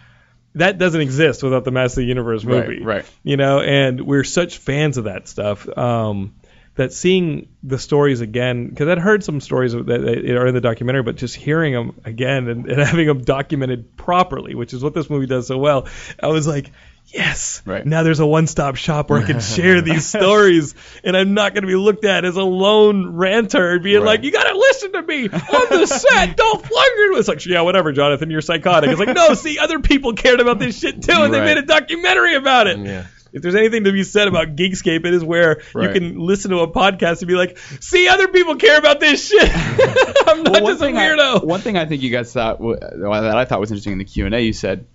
[SPEAKER 2] that doesn't exist without the Master of the Universe
[SPEAKER 3] Right,
[SPEAKER 2] movie,
[SPEAKER 3] right.
[SPEAKER 2] You know, and we're such fans of that stuff. Um, that seeing the stories again, because I'd heard some stories that, that are in the documentary, but just hearing them again and, (laughs) and having them documented properly, which is what this movie does so well, I was like, yes,
[SPEAKER 3] Right.
[SPEAKER 2] now there's a one-stop shop where I can share
[SPEAKER 3] (laughs)
[SPEAKER 2] these stories, and I'm not going to be looked at as a lone ranter being like, "You got to listen to me on the
[SPEAKER 3] (laughs)
[SPEAKER 2] set. Don't flunger." It's like, yeah, whatever, Jonathan, you're psychotic. It's like, no, see, other people cared about this shit too, and they
[SPEAKER 3] Right.
[SPEAKER 2] made a documentary about it.
[SPEAKER 5] Yeah.
[SPEAKER 2] If there's anything to be said about Geekscape, it is where you
[SPEAKER 3] Right.
[SPEAKER 2] can listen to a podcast and be like, "See, other people care about this shit. (laughs) I'm not
[SPEAKER 3] one
[SPEAKER 2] just a
[SPEAKER 3] thing I-
[SPEAKER 2] weirdo."
[SPEAKER 3] one thing I think you guys thought wa- that I thought was interesting in the Q and A, you said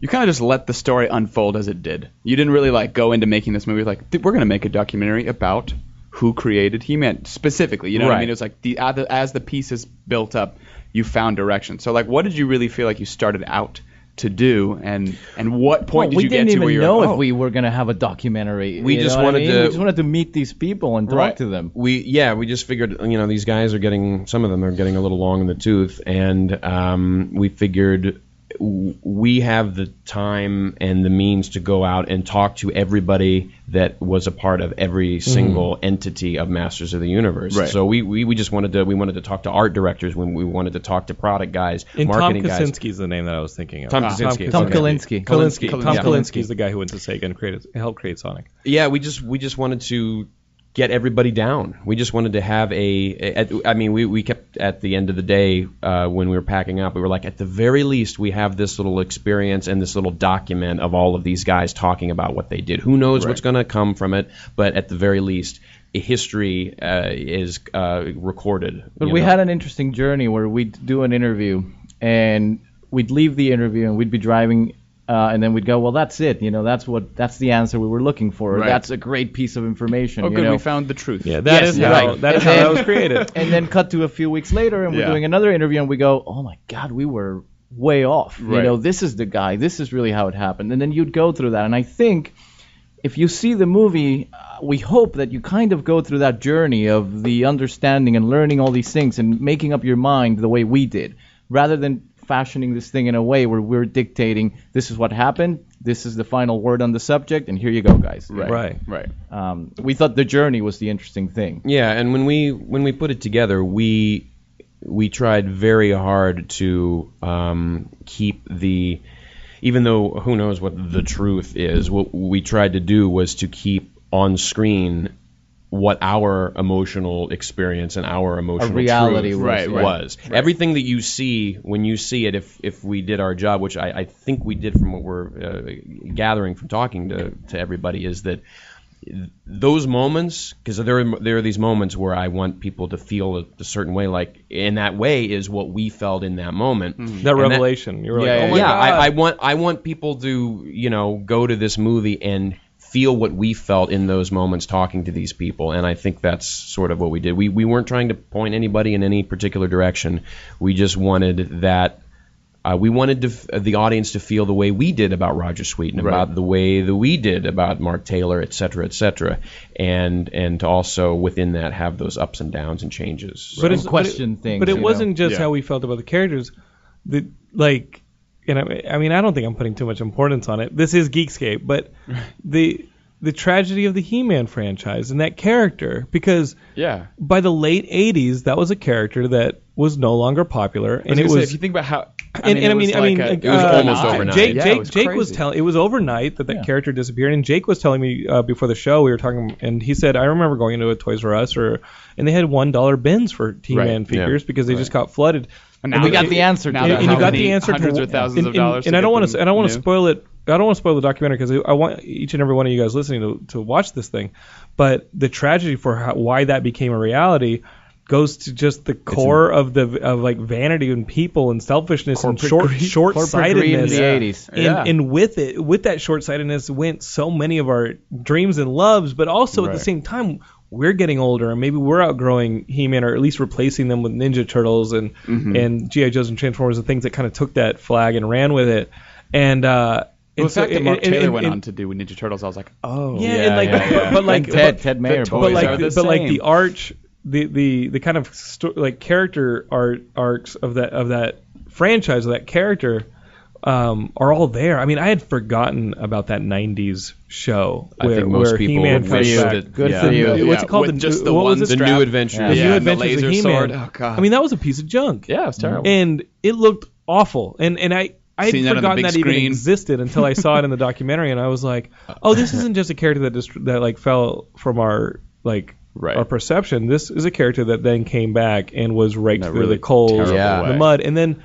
[SPEAKER 3] you kind of just let the story unfold as it did. You didn't really like go into making this movie like "Dude, we're gonna make a documentary about who created He-Man specifically. You know what I
[SPEAKER 5] Right.
[SPEAKER 3] mean? It was like the as the- as the pieces built up, you found direction. So like, what did you really feel like you started out to do, and and what point did
[SPEAKER 4] we
[SPEAKER 3] you
[SPEAKER 4] didn't
[SPEAKER 3] get to
[SPEAKER 4] even
[SPEAKER 3] where you're
[SPEAKER 4] know
[SPEAKER 3] like,
[SPEAKER 4] if
[SPEAKER 3] "Oh,
[SPEAKER 4] we were gonna have a documentary.
[SPEAKER 5] We
[SPEAKER 4] you
[SPEAKER 5] just
[SPEAKER 4] know what I
[SPEAKER 5] wanted
[SPEAKER 4] mean?
[SPEAKER 5] to-
[SPEAKER 4] We just wanted to meet these people and talk
[SPEAKER 3] Right.
[SPEAKER 4] to them.
[SPEAKER 5] Um, we yeah we just figured you know these guys are getting some of them are getting a little long in the tooth and um, we figured w- we have the time and the means to go out and talk to everybody that was a part of every
[SPEAKER 2] Mm-hmm.
[SPEAKER 5] single entity of Masters of the Universe.
[SPEAKER 3] Right.
[SPEAKER 5] So we, we, we just wanted to we wanted to talk to art directors when we wanted to talk to product guys,
[SPEAKER 2] and Tom
[SPEAKER 5] marketing guys.
[SPEAKER 2] Kaczynski is the name that I was thinking of. Ah,
[SPEAKER 5] Tom Kaczynski.
[SPEAKER 4] Tom
[SPEAKER 5] Okay.
[SPEAKER 4] Kalinske.
[SPEAKER 2] Kalinsky. Tom
[SPEAKER 5] Yeah.
[SPEAKER 2] Kalinsky is the guy who went to Sega and created, helped create Sonic.
[SPEAKER 5] yeah, we just we just wanted to get everybody down. We just wanted to have a. At, I mean, we, we kept at the end of the day uh, when we were packing up, we were like, at the very least, we have this little experience and this little document of all of these guys talking about what they did. Who knows what's going to come from it, but at the very least, a history uh, is uh, recorded.
[SPEAKER 4] But we had an interesting journey where we'd do an interview and we'd leave the interview and we'd be driving uh, and then we'd go, well, that's it. You know, that's what that's the answer we were looking for.
[SPEAKER 3] Right.
[SPEAKER 4] That's a great piece of information.
[SPEAKER 3] oh,
[SPEAKER 4] you
[SPEAKER 3] good,
[SPEAKER 4] know?
[SPEAKER 3] we found the truth.
[SPEAKER 2] Yeah, that
[SPEAKER 4] Yes,
[SPEAKER 2] is
[SPEAKER 4] yeah,
[SPEAKER 2] how
[SPEAKER 4] right.
[SPEAKER 2] that is
[SPEAKER 4] And
[SPEAKER 2] how that
[SPEAKER 4] then-
[SPEAKER 2] was created.
[SPEAKER 4] and then cut to a few weeks later and we're
[SPEAKER 3] Yeah.
[SPEAKER 4] doing another interview and we go, oh my God, we were way off. You
[SPEAKER 3] Right.
[SPEAKER 4] know, this is the guy. This is really how it happened. And then you'd go through that. And I think if you see the movie, uh, we hope that you kind of go through that journey of the understanding and learning all these things and making up your mind the way we did, rather than fashioning this thing in a way where we're dictating this is what happened, this is the final word on the subject, and here you go, guys.
[SPEAKER 3] right,
[SPEAKER 2] Right.
[SPEAKER 3] right, right.
[SPEAKER 4] Um, we thought the journey was the interesting thing.
[SPEAKER 5] Yeah, and when we when we put it together, we we tried very hard to um, keep the even though who knows what the truth is. What we tried to do was to keep on screen what our emotional experience and our emotional
[SPEAKER 4] reality
[SPEAKER 5] truth
[SPEAKER 4] was, Right, yeah.
[SPEAKER 5] was. Everything that you see when you see it, if if we did our job, which I, I think we did from what we're uh, gathering from talking to to everybody, is that those moments because there are, there are these moments where I want people to feel a, a certain way like in that way is what we felt in that moment
[SPEAKER 4] Mm-hmm.
[SPEAKER 2] That
[SPEAKER 5] And
[SPEAKER 2] revelation. you were like,
[SPEAKER 5] yeah,
[SPEAKER 2] oh my
[SPEAKER 5] yeah,
[SPEAKER 2] God.
[SPEAKER 5] I, I want I want people to you know go to this movie and feel what we felt in those moments talking to these people, and I think that's sort of what we did. We we weren't trying to point anybody in any particular direction. We just wanted that. Uh, we wanted to, f- the audience to feel the way we did about Roger Sweet and about the way that we did about Mark Taylor, et cetera, et cetera, and and to also within that have those ups and downs and changes.
[SPEAKER 2] but it's,
[SPEAKER 4] question
[SPEAKER 2] but it,
[SPEAKER 4] things,
[SPEAKER 2] But
[SPEAKER 4] you
[SPEAKER 2] it
[SPEAKER 4] know?
[SPEAKER 2] wasn't just
[SPEAKER 3] Yeah.
[SPEAKER 2] how we felt about the characters. The like, and I, I mean, I don't think I'm putting too much importance on it. This is Geekscape, but the the tragedy of the He-Man franchise and that character, because
[SPEAKER 3] Yeah.
[SPEAKER 2] by the late '80s, that was a character that was no longer popular, and it
[SPEAKER 3] gonna say,
[SPEAKER 2] was.
[SPEAKER 3] if you think about how. I
[SPEAKER 2] and,
[SPEAKER 3] mean,
[SPEAKER 2] and
[SPEAKER 3] it
[SPEAKER 2] I mean,
[SPEAKER 3] was
[SPEAKER 2] I
[SPEAKER 3] like
[SPEAKER 2] mean,
[SPEAKER 3] a-
[SPEAKER 2] like,
[SPEAKER 3] it was
[SPEAKER 2] uh,
[SPEAKER 5] almost overnight.
[SPEAKER 2] Jake,
[SPEAKER 3] Yeah, it
[SPEAKER 2] Jake,
[SPEAKER 3] was
[SPEAKER 2] Jake was
[SPEAKER 3] crazy.
[SPEAKER 2] telling. It was overnight that that character disappeared, and Jake was telling me uh, before the show we were talking, and he said, "I remember going into a Toys R Us, or and they had one dollar bins for T-Man
[SPEAKER 3] Right, yeah.
[SPEAKER 2] figures because they just got flooded."
[SPEAKER 3] now
[SPEAKER 4] we
[SPEAKER 3] that-
[SPEAKER 4] got the answer to
[SPEAKER 3] now
[SPEAKER 2] And,
[SPEAKER 3] that
[SPEAKER 4] that.
[SPEAKER 2] and you
[SPEAKER 3] how
[SPEAKER 2] got
[SPEAKER 3] many
[SPEAKER 2] the answer to
[SPEAKER 3] hundreds or thousands
[SPEAKER 2] and,
[SPEAKER 3] of
[SPEAKER 2] and-
[SPEAKER 3] dollars
[SPEAKER 2] And
[SPEAKER 3] to
[SPEAKER 2] I
[SPEAKER 3] get
[SPEAKER 2] don't want
[SPEAKER 3] them
[SPEAKER 2] to. I don't want to
[SPEAKER 3] new?
[SPEAKER 2] spoil it. I don't want to spoil the documentary because I want each and every one of you guys listening to, to watch this thing. But the tragedy for how, why that became a reality goes to just the core of the of like vanity and people and selfishness and short short
[SPEAKER 4] greed in
[SPEAKER 2] sightedness
[SPEAKER 4] the 80s.
[SPEAKER 2] And,
[SPEAKER 3] Yeah.
[SPEAKER 2] and with it with that short sightedness went so many of our dreams and loves, but also at
[SPEAKER 3] Right.
[SPEAKER 2] the same time we're getting older and maybe we're outgrowing He-Man or at least replacing them with Ninja Turtles and
[SPEAKER 3] Mm-hmm.
[SPEAKER 2] and GI Joes and Transformers and things that kind of took that flag and ran with it. And uh,
[SPEAKER 3] Well,
[SPEAKER 2] and
[SPEAKER 3] the fact that Mark
[SPEAKER 2] and-
[SPEAKER 3] Taylor
[SPEAKER 2] and-
[SPEAKER 3] went
[SPEAKER 2] and-
[SPEAKER 3] on to do Ninja Turtles, I was like, oh.
[SPEAKER 2] yeah, and like,
[SPEAKER 3] yeah,
[SPEAKER 2] but,
[SPEAKER 3] yeah.
[SPEAKER 2] but like
[SPEAKER 4] And Ted-
[SPEAKER 2] but,
[SPEAKER 4] Ted Mayer
[SPEAKER 2] but,
[SPEAKER 4] boys
[SPEAKER 2] like,
[SPEAKER 3] are the
[SPEAKER 2] but like the
[SPEAKER 3] same.
[SPEAKER 2] arch, the the the kind of sto- like character art arcs of that of that franchise of that character. Um, are all there? I mean, I had forgotten about that '90s show
[SPEAKER 5] I
[SPEAKER 2] where,
[SPEAKER 5] think most
[SPEAKER 2] where
[SPEAKER 5] people
[SPEAKER 2] He-Man
[SPEAKER 5] would
[SPEAKER 2] comes
[SPEAKER 5] wish
[SPEAKER 2] back.
[SPEAKER 5] that-
[SPEAKER 4] Good
[SPEAKER 5] yeah.
[SPEAKER 4] for you.
[SPEAKER 2] What's
[SPEAKER 3] Yeah,
[SPEAKER 2] it called?
[SPEAKER 3] with
[SPEAKER 2] The-
[SPEAKER 3] just the
[SPEAKER 2] what was
[SPEAKER 3] one
[SPEAKER 2] it?
[SPEAKER 5] the
[SPEAKER 3] strap.
[SPEAKER 5] new adventures.
[SPEAKER 4] Yeah.
[SPEAKER 2] The
[SPEAKER 3] Yeah,
[SPEAKER 2] New
[SPEAKER 3] and the
[SPEAKER 2] Adventures
[SPEAKER 3] laser
[SPEAKER 2] of He-Man.
[SPEAKER 3] sword. Oh, God.
[SPEAKER 2] I mean, that was a piece of junk. Mm-hmm.
[SPEAKER 3] Yeah, it was terrible.
[SPEAKER 2] And it looked awful. And and I I had
[SPEAKER 3] Seen that on the
[SPEAKER 2] forgotten
[SPEAKER 3] big
[SPEAKER 2] that, even
[SPEAKER 3] screen.
[SPEAKER 2] existed until I saw
[SPEAKER 3] (laughs)
[SPEAKER 2] it in the documentary, and I was like, oh, this isn't just a character that just that like fell from our like.
[SPEAKER 3] Right.
[SPEAKER 2] Our perception. This is a character that then came back and was raked through
[SPEAKER 3] really
[SPEAKER 2] the coals,
[SPEAKER 3] terrible
[SPEAKER 5] Yeah.
[SPEAKER 2] the
[SPEAKER 3] way.
[SPEAKER 2] mud, and then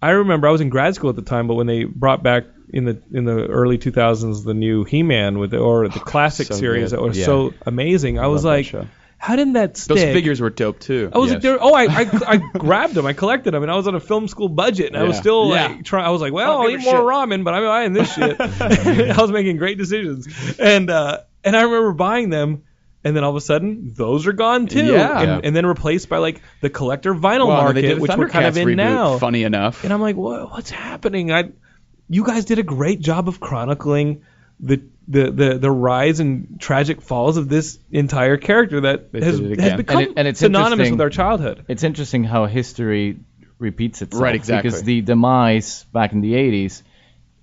[SPEAKER 2] I remember I was in grad school at the time, but when they brought back in the in the early 2000s the new He-Man with the, or the classic
[SPEAKER 3] (sighs) so
[SPEAKER 2] series
[SPEAKER 3] good.
[SPEAKER 2] that was
[SPEAKER 5] Yeah.
[SPEAKER 2] so amazing, I was
[SPEAKER 3] that
[SPEAKER 2] like,
[SPEAKER 3] show.
[SPEAKER 2] how didn't that stick?
[SPEAKER 3] Those figures were dope, too.
[SPEAKER 2] I was
[SPEAKER 5] Yes.
[SPEAKER 2] like, there, oh, I, I, I
[SPEAKER 3] (laughs)
[SPEAKER 2] grabbed them, I collected them, and I was on a film school budget, and I was
[SPEAKER 3] Yeah.
[SPEAKER 2] still
[SPEAKER 3] Yeah.
[SPEAKER 2] like trying. I was like, well, I'll
[SPEAKER 3] give
[SPEAKER 2] eat
[SPEAKER 3] a
[SPEAKER 2] more
[SPEAKER 3] shit.
[SPEAKER 2] ramen, but I'm buying this
[SPEAKER 3] (laughs)
[SPEAKER 2] shit. (laughs) I was making great decisions, and uh, and I remember buying them, and then all of a sudden, those are gone too,
[SPEAKER 3] Yeah.
[SPEAKER 2] and, and then replaced by like the collector vinyl
[SPEAKER 3] Well, and
[SPEAKER 2] market,
[SPEAKER 3] they did a
[SPEAKER 2] which we're kind of
[SPEAKER 3] Thundercats
[SPEAKER 2] in
[SPEAKER 3] reboot,
[SPEAKER 2] now.
[SPEAKER 3] Funny enough.
[SPEAKER 2] And I'm like, what, what's happening? I, you guys did a great job of chronicling the the, the, the rise and tragic falls of this entire character that has,
[SPEAKER 3] did it
[SPEAKER 2] has
[SPEAKER 3] again.
[SPEAKER 2] become
[SPEAKER 4] And it- and it's
[SPEAKER 2] synonymous
[SPEAKER 4] interesting-
[SPEAKER 2] with our childhood.
[SPEAKER 4] It's interesting how history repeats itself.
[SPEAKER 3] Right, exactly.
[SPEAKER 4] Because the demise back in the 80s,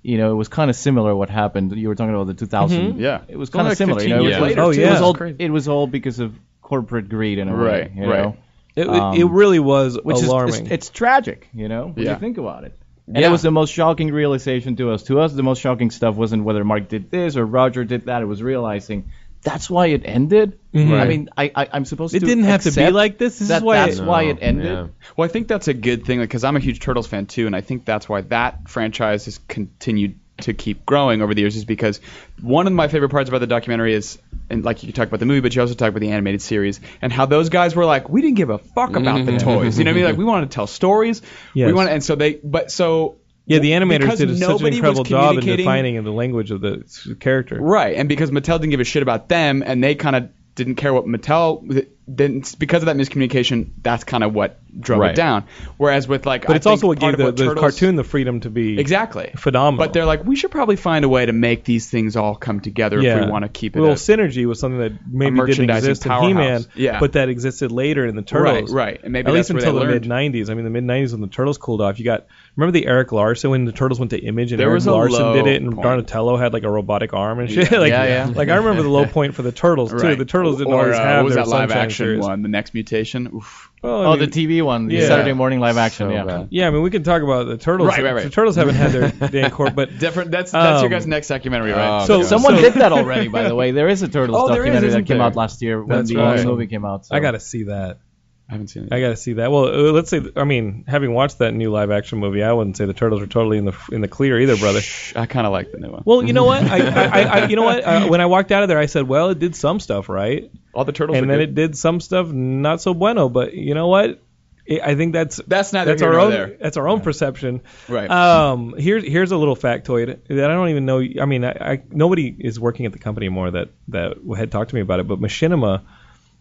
[SPEAKER 4] you know, it was kind of similar what happened. You were talking about the 2000.
[SPEAKER 3] Yeah.
[SPEAKER 4] It was
[SPEAKER 3] It's only
[SPEAKER 4] kind
[SPEAKER 3] Mm-hmm.
[SPEAKER 4] of
[SPEAKER 3] like
[SPEAKER 4] similar. You
[SPEAKER 3] 15
[SPEAKER 4] know,
[SPEAKER 3] years
[SPEAKER 4] it was,
[SPEAKER 3] later,
[SPEAKER 2] Oh,
[SPEAKER 4] it
[SPEAKER 2] too. yeah.
[SPEAKER 4] was all,
[SPEAKER 3] Crazy.
[SPEAKER 4] it was all because of corporate greed in a
[SPEAKER 3] Right,
[SPEAKER 4] way. You
[SPEAKER 3] right.
[SPEAKER 4] Know?
[SPEAKER 2] It,
[SPEAKER 4] Um,
[SPEAKER 2] it really was
[SPEAKER 4] Which is
[SPEAKER 2] alarming.
[SPEAKER 4] it's, it's tragic, you know, when
[SPEAKER 3] Yeah.
[SPEAKER 4] you think about it. And it was the most shocking realization to us. To us, the most shocking stuff wasn't whether Mark did this or Roger did that. It was realizing that's why it ended. I mean, I, I I'm supposed
[SPEAKER 2] Mm-hmm. It
[SPEAKER 4] to.
[SPEAKER 2] didn't have to be
[SPEAKER 4] accept
[SPEAKER 2] like this. This
[SPEAKER 4] that
[SPEAKER 2] is why
[SPEAKER 4] That's
[SPEAKER 2] it-
[SPEAKER 4] why
[SPEAKER 5] No,
[SPEAKER 4] it ended.
[SPEAKER 5] yeah.
[SPEAKER 3] Well, I think that's a good thing because I'm a huge Turtles fan too, and I think that's why that franchise has continued to keep growing over the years. Is because one of my favorite parts about the documentary is, and like you talk about the movie, but you also talk about the animated series and how those guys were like, we didn't give a fuck about the toys. You know what I mean? Like we wanted to tell stories. We
[SPEAKER 2] Mm-hmm. Yes.
[SPEAKER 3] want, and so they, but so
[SPEAKER 2] yeah, the animators
[SPEAKER 3] because
[SPEAKER 2] did such an
[SPEAKER 3] nobody was
[SPEAKER 2] incredible job in
[SPEAKER 3] communicating-
[SPEAKER 2] defining the language of the s- character.
[SPEAKER 3] Right, and because Mattel didn't give a shit about them, and they kind of didn't care what Mattel then because of that miscommunication, that's kind of what drove
[SPEAKER 5] Right.
[SPEAKER 3] it down. Whereas with like,
[SPEAKER 2] But it's also what gave the, the
[SPEAKER 3] Turtles,
[SPEAKER 2] cartoon the freedom to be
[SPEAKER 3] exactly
[SPEAKER 2] phenomenal.
[SPEAKER 3] But they're like, we should probably find a way to make these things all come together
[SPEAKER 2] yeah.
[SPEAKER 3] if we want to keep it.
[SPEAKER 2] Well,
[SPEAKER 3] a-
[SPEAKER 2] synergy was something that maybe didn't
[SPEAKER 3] merchandising
[SPEAKER 2] exist in
[SPEAKER 3] powerhouse.
[SPEAKER 2] He-Man,
[SPEAKER 3] Yeah.
[SPEAKER 2] but that existed later in the Turtles.
[SPEAKER 3] Right, right. And maybe
[SPEAKER 2] At least
[SPEAKER 3] that's where
[SPEAKER 2] until
[SPEAKER 3] they
[SPEAKER 2] the mid
[SPEAKER 3] learned.
[SPEAKER 2] '90s. I mean, the mid '90s when the Turtles cooled off. You got remember the Eric Larson when the Turtles went to Image and
[SPEAKER 3] There
[SPEAKER 2] Eric
[SPEAKER 3] was a
[SPEAKER 2] Larson
[SPEAKER 3] low
[SPEAKER 2] did it, and
[SPEAKER 3] point.
[SPEAKER 2] Donatello had like a robotic arm and shit. (laughs) like,
[SPEAKER 4] Yeah, yeah.
[SPEAKER 3] (laughs)
[SPEAKER 2] Like I remember the low point for the Turtles too.
[SPEAKER 3] Right.
[SPEAKER 2] The Turtles didn't
[SPEAKER 3] Or,
[SPEAKER 2] always
[SPEAKER 3] uh,
[SPEAKER 2] have
[SPEAKER 3] what was
[SPEAKER 2] their
[SPEAKER 3] that live
[SPEAKER 2] sunshine
[SPEAKER 3] Mutation
[SPEAKER 2] sure is.
[SPEAKER 3] one, the next mutation. Oof.
[SPEAKER 2] Well, I
[SPEAKER 4] Oh, the
[SPEAKER 2] mean-
[SPEAKER 4] TV one, the
[SPEAKER 2] Yeah.
[SPEAKER 4] Saturday morning live action.
[SPEAKER 5] So
[SPEAKER 4] yeah.
[SPEAKER 5] bad.
[SPEAKER 2] Yeah, I mean, we can talk about the turtles.
[SPEAKER 3] Right, right, right.
[SPEAKER 2] The turtles haven't had their
[SPEAKER 3] (laughs)
[SPEAKER 2] day in court, but
[SPEAKER 3] Different. That's that's your
[SPEAKER 2] Um, uh,
[SPEAKER 3] guys' next documentary,
[SPEAKER 5] Oh,
[SPEAKER 3] right?
[SPEAKER 2] so-
[SPEAKER 5] God.
[SPEAKER 2] so-
[SPEAKER 4] Someone did
[SPEAKER 2] (laughs)
[SPEAKER 4] that already, by the way. There is a Turtles
[SPEAKER 2] Oh, there is,
[SPEAKER 4] documentary
[SPEAKER 2] isn't
[SPEAKER 4] that came
[SPEAKER 2] there?
[SPEAKER 4] out last year when
[SPEAKER 2] That's
[SPEAKER 4] the
[SPEAKER 2] right.
[SPEAKER 4] movie came out. so-
[SPEAKER 2] I gotta see that.
[SPEAKER 3] I haven't seen it.
[SPEAKER 2] I gotta see that. Well, uh, let's say. I mean, having watched that new live action movie, I wouldn't say the turtles are totally in the in the clear either, brother.
[SPEAKER 3] Shh, I kind of like the new one.
[SPEAKER 2] Well, you know what? I, I, I, I you know what? Uh, when I walked out of there, I said, "Well, it did some stuff right,
[SPEAKER 3] all the turtles.
[SPEAKER 2] and
[SPEAKER 3] are
[SPEAKER 2] then
[SPEAKER 3] good.
[SPEAKER 2] it did some stuff not so bueno." But you know what? I I think that's
[SPEAKER 3] That's neither
[SPEAKER 2] that's
[SPEAKER 3] here
[SPEAKER 2] our
[SPEAKER 3] nor
[SPEAKER 2] own
[SPEAKER 3] there.
[SPEAKER 2] that's our own perception.
[SPEAKER 3] Right.
[SPEAKER 2] Um. Here's here's a little factoid that I don't even know. I mean, I, I nobody is working at the company anymore that that had talked to me about it. But Machinima,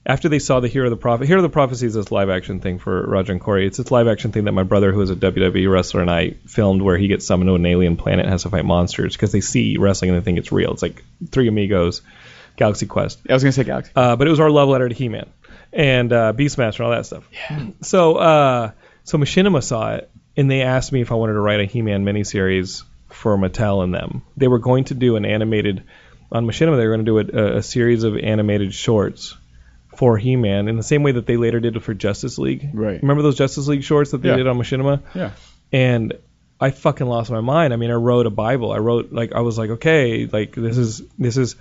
[SPEAKER 2] after they saw the Hero of the Prophet, Hero of the Prophecy is this live action thing for Roger and Corey. It's this live action thing that my brother, who is a WWE wrestler, and I filmed where he gets summoned to an alien planet and has to fight monsters because they see wrestling and they think it's real. It's like Three Amigos, Galaxy Quest.
[SPEAKER 3] I was gonna say Galaxy.
[SPEAKER 2] Uh, but it was our love letter to He-Man and uh, Beastmaster and all that stuff. Yeah. So uh, so Machinima saw it and they asked me if I wanted to write a He-Man miniseries for Mattel and them. They were going to do an animated on Machinima. They were going to do a, a series of animated shorts for He-Man in the same way that they later did it for Justice League.
[SPEAKER 3] Right.
[SPEAKER 2] Remember those Justice League shorts that they
[SPEAKER 3] Yeah.
[SPEAKER 2] did on Machinima?
[SPEAKER 3] yeah.
[SPEAKER 2] and I fucking lost my mind. I mean, I wrote a Bible. I wrote like I was like, okay, like this is this is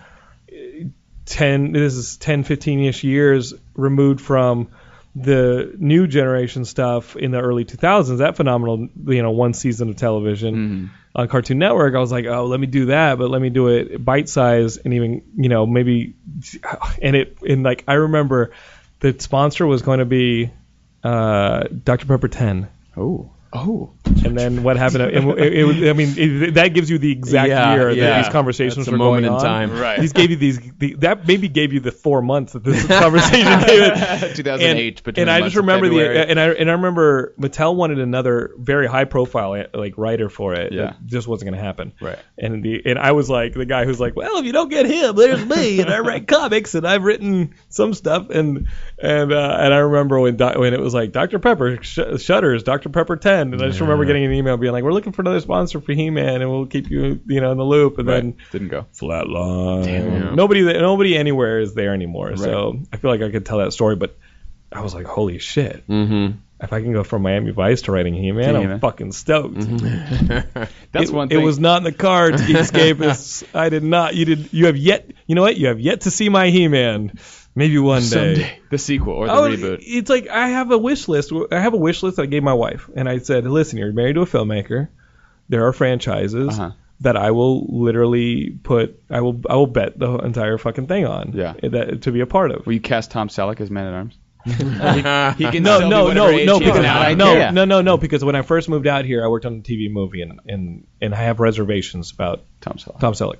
[SPEAKER 2] uh, 10 this is 10 15ish years removed from the new generation stuff in the early 2000s that phenomenal you know one season of television
[SPEAKER 5] Mm-hmm.
[SPEAKER 2] on cartoon network i was like oh let me do that but let me do it bite size and even you know maybe and it and like i remember the sponsor was going to be uh, dr pepper 10
[SPEAKER 3] Oh. Oh.
[SPEAKER 2] and then what happened? It, it, it, was- I mean, it, that gives you the exact
[SPEAKER 5] Yeah,
[SPEAKER 2] year
[SPEAKER 5] yeah.
[SPEAKER 2] that these conversations
[SPEAKER 5] That's a
[SPEAKER 2] were
[SPEAKER 5] moment
[SPEAKER 2] going
[SPEAKER 5] in
[SPEAKER 2] on.
[SPEAKER 5] time.
[SPEAKER 3] Right.
[SPEAKER 2] These gave you these. The, that maybe gave you the four months that
[SPEAKER 5] (laughs)
[SPEAKER 2] this conversation gave it.
[SPEAKER 3] 2008
[SPEAKER 2] And,
[SPEAKER 3] between
[SPEAKER 2] and
[SPEAKER 3] the
[SPEAKER 2] I just
[SPEAKER 3] months of
[SPEAKER 2] remember
[SPEAKER 3] February.
[SPEAKER 2] the. And I and I remember Mattel wanted another very high profile eh, like writer for it.
[SPEAKER 3] Yeah.
[SPEAKER 2] That just wasn't going to happen.
[SPEAKER 3] Right.
[SPEAKER 2] And the and I was like the guy who's like, well, if you don't get him, there's me, and I write (laughs) comics, and I've written some stuff, and and uh, and I remember when doc, when it was like Dr Pepper sh- Shutters, Dr Pepper Ten, and I just remember getting an email being like, we're looking for another sponsor for He-Man, and we'll keep you you know in the loop, and then
[SPEAKER 3] Didn't go.
[SPEAKER 2] flatline. Nobody that nobody anywhere is there anymore. So I feel like I could tell that story, but I was like, holy shit. Mm-hmm. If I can go from Miami Vice to writing He-Man, I'm
[SPEAKER 3] He-Man. Mm-hmm.
[SPEAKER 2] fucking stoked. it,
[SPEAKER 3] That's one
[SPEAKER 2] it
[SPEAKER 3] thing.
[SPEAKER 2] was not in the
[SPEAKER 3] (laughs)
[SPEAKER 2] cards, Geekscapists. I did not. You did. You have yet. You know what? You have yet to see my He-Man. Maybe one day.
[SPEAKER 3] the sequel or the
[SPEAKER 2] Oh,
[SPEAKER 3] reboot.
[SPEAKER 2] It's like I have a wish list. I have a wish list that I gave my wife, and I said, "Listen, you're married to a filmmaker. There are franchises
[SPEAKER 3] Uh-huh.
[SPEAKER 2] that I will literally put. I will. I will bet the entire fucking thing on.
[SPEAKER 3] Yeah.
[SPEAKER 2] That to be a part of.
[SPEAKER 3] Will you cast Tom Selleck as Man at (laughs) Arms?
[SPEAKER 5] he can
[SPEAKER 2] no, no, no, no, because
[SPEAKER 4] now.
[SPEAKER 2] I, no,
[SPEAKER 4] Yeah.
[SPEAKER 2] no, no, no, because when I first moved out here, I worked on a TV movie, and and and I have reservations about
[SPEAKER 3] Tom Selleck.
[SPEAKER 2] Tom Selleck.